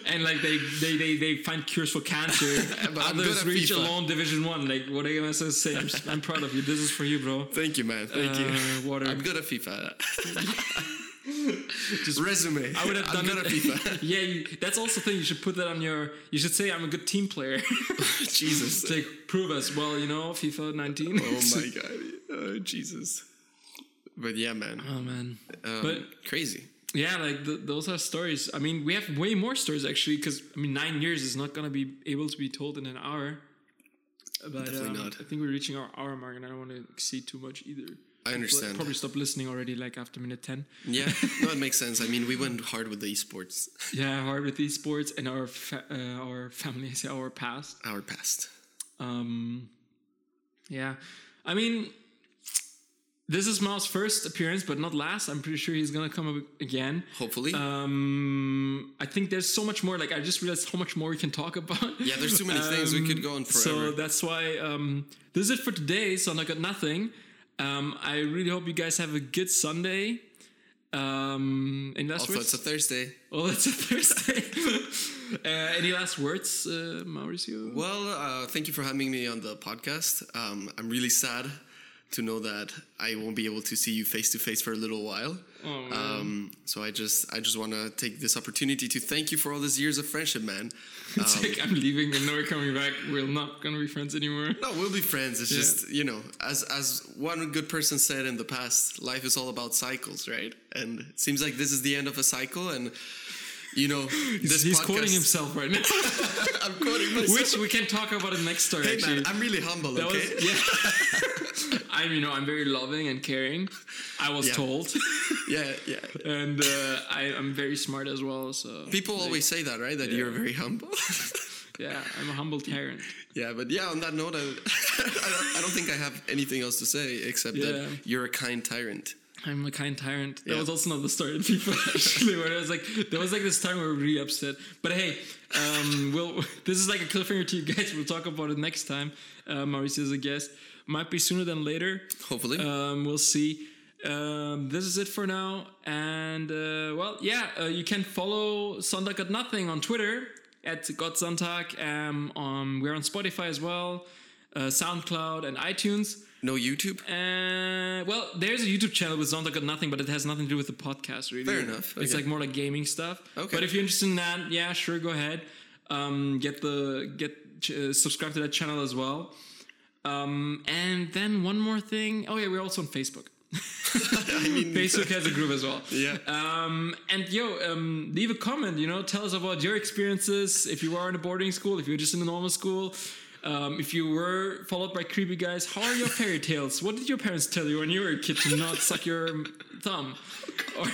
and like they they, they, they find cures for cancer.
But I'm good
Others
at
reach
FIFA.
alone Division One. Like, what are you gonna say? I'm, I'm proud of you. This is for you, bro.
like thank you man, thank
Uh,
you.
water.
I'm good at FIFA. resume.
I would have
I'm
done
good
it.
at FIFA.
yeah, you, that's also the thing. You should put that on your. You should say I'm a good team player.
Jesus.
It's like prove us. Well, you know, FIFA 19.
Oh my god. Oh, Jesus. But yeah man.
Oh man.
Um,
but-
crazy.
Yeah, like th- those are stories. I mean, we have way more stories actually, because I mean, nine years is not gonna be able to be told in an hour. But
Definitely
um,
not.
I think we're reaching our hour mark, and I don't want to exceed too much either.
I understand.
Probably stop listening already, like after minute ten.
Yeah. No, it makes sense. I mean, we went hard with the esports.
Yeah, hard with esports and our fa- uh, our families, our past.
Our past.
Um, yeah, I mean, this is Mao's first appearance, but not last. I'm pretty sure he's gonna come up again.
Hopefully.
Uh, Um, I think there's so much more. Like I just realized how much more we can talk about.
Yeah, there's too many things. We could go on
Um, So
forever.
that's why um, this is it for today. So I got nothing. Um, I really hope you guys have a good Sunday. Um, any last
also,
words?
it's a Thursday.
oh, that's a Thursday. uh, any last words, uh, Mauricio?
Well, uh, thank you for having me on the podcast. Um, I'm really sad to know that I won't be able to see you face to face for a little while.
Oh, man.
um, so I just I just want to take this opportunity to thank you for all these years of friendship, man.
It's
Um,
like I'm leaving and never coming back. We're not gonna be friends anymore.
no, we'll be friends. It's just you know, as as one good person said in the past, life is all about cycles, right? And it seems like this is the end of a cycle, and you know, this
He's
podcast,
quoting himself right now,
I'm quoting myself.
which we can talk about in next story.
hey
actually.
man, I'm really humble.
That
okay.
was- yeah. I'm, you know, I'm very loving and caring. I was
Yeah.
told,
yeah, yeah.
and uh, I, I'm very smart as well. So
People always say that, right? That you're very humble.
yeah, I'm a humble tyrant.
yeah, but yeah, on that note, I, I, don't, I don't think I have anything else to say except
Yeah.
that you're a kind tyrant.
I'm a kind tyrant. That
Yeah.
was also not the story of FIFA actually, where I was like, there was like this time where we were really upset. But hey, um, we'll this is like a cliffhanger to you guys. We'll talk about it next time. Uh, Mauricio is a guest. Might be sooner than later.
Hopefully.
Um, we'll see. Um, this is it for now. And uh, well, yeah, uh, you can follow Sonntag at Nothing on Twitter at Gott Sonntag. Um, um, we're on Spotify as well, uh, SoundCloud, and iTunes.
no YouTube.
Uh, well, there's a YouTube channel with Zonta Got Nothing, but it has nothing to do with the podcast, really.
Fair enough,
It's
okay.
like more like gaming stuff.
Okay.
But if you're interested in that, yeah, sure, go ahead. Um, get the get ch- uh, subscribe to that channel as well. Um, and then one more thing. Oh yeah, we're also on Facebook.
I mean,
Facebook has a group as well.
Yeah.
Um, and yo, um, leave a comment. You know, tell us about your experiences. If you are in a boarding school, if you're just in a normal school, um, if you were followed by creepy guys, how are your fairy tales? What did your parents tell you when you were a kid to not suck your thumb? Or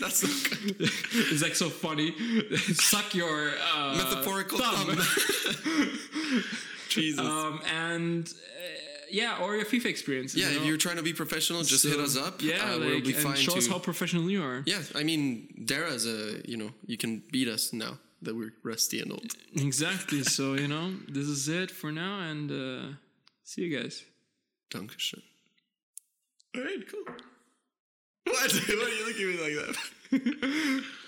that's not good.
it's like so funny. suck your uh,
metaphorical thumb. Jesus.
um, and uh, yeah, or your FIFA experience.
yeah, if you're trying to be professional, just hit us up.
Yeah,
uh,
like,
we'll be
and
fine
show us
to-
how professional you are.
Yeah, I mean, Dara's a you know you can beat us now that we're rusty and old.
Exactly. So you know, this is it for now, and uh, see you guys.
Dankeschön. All right, cool. What? Why are you looking at me like that?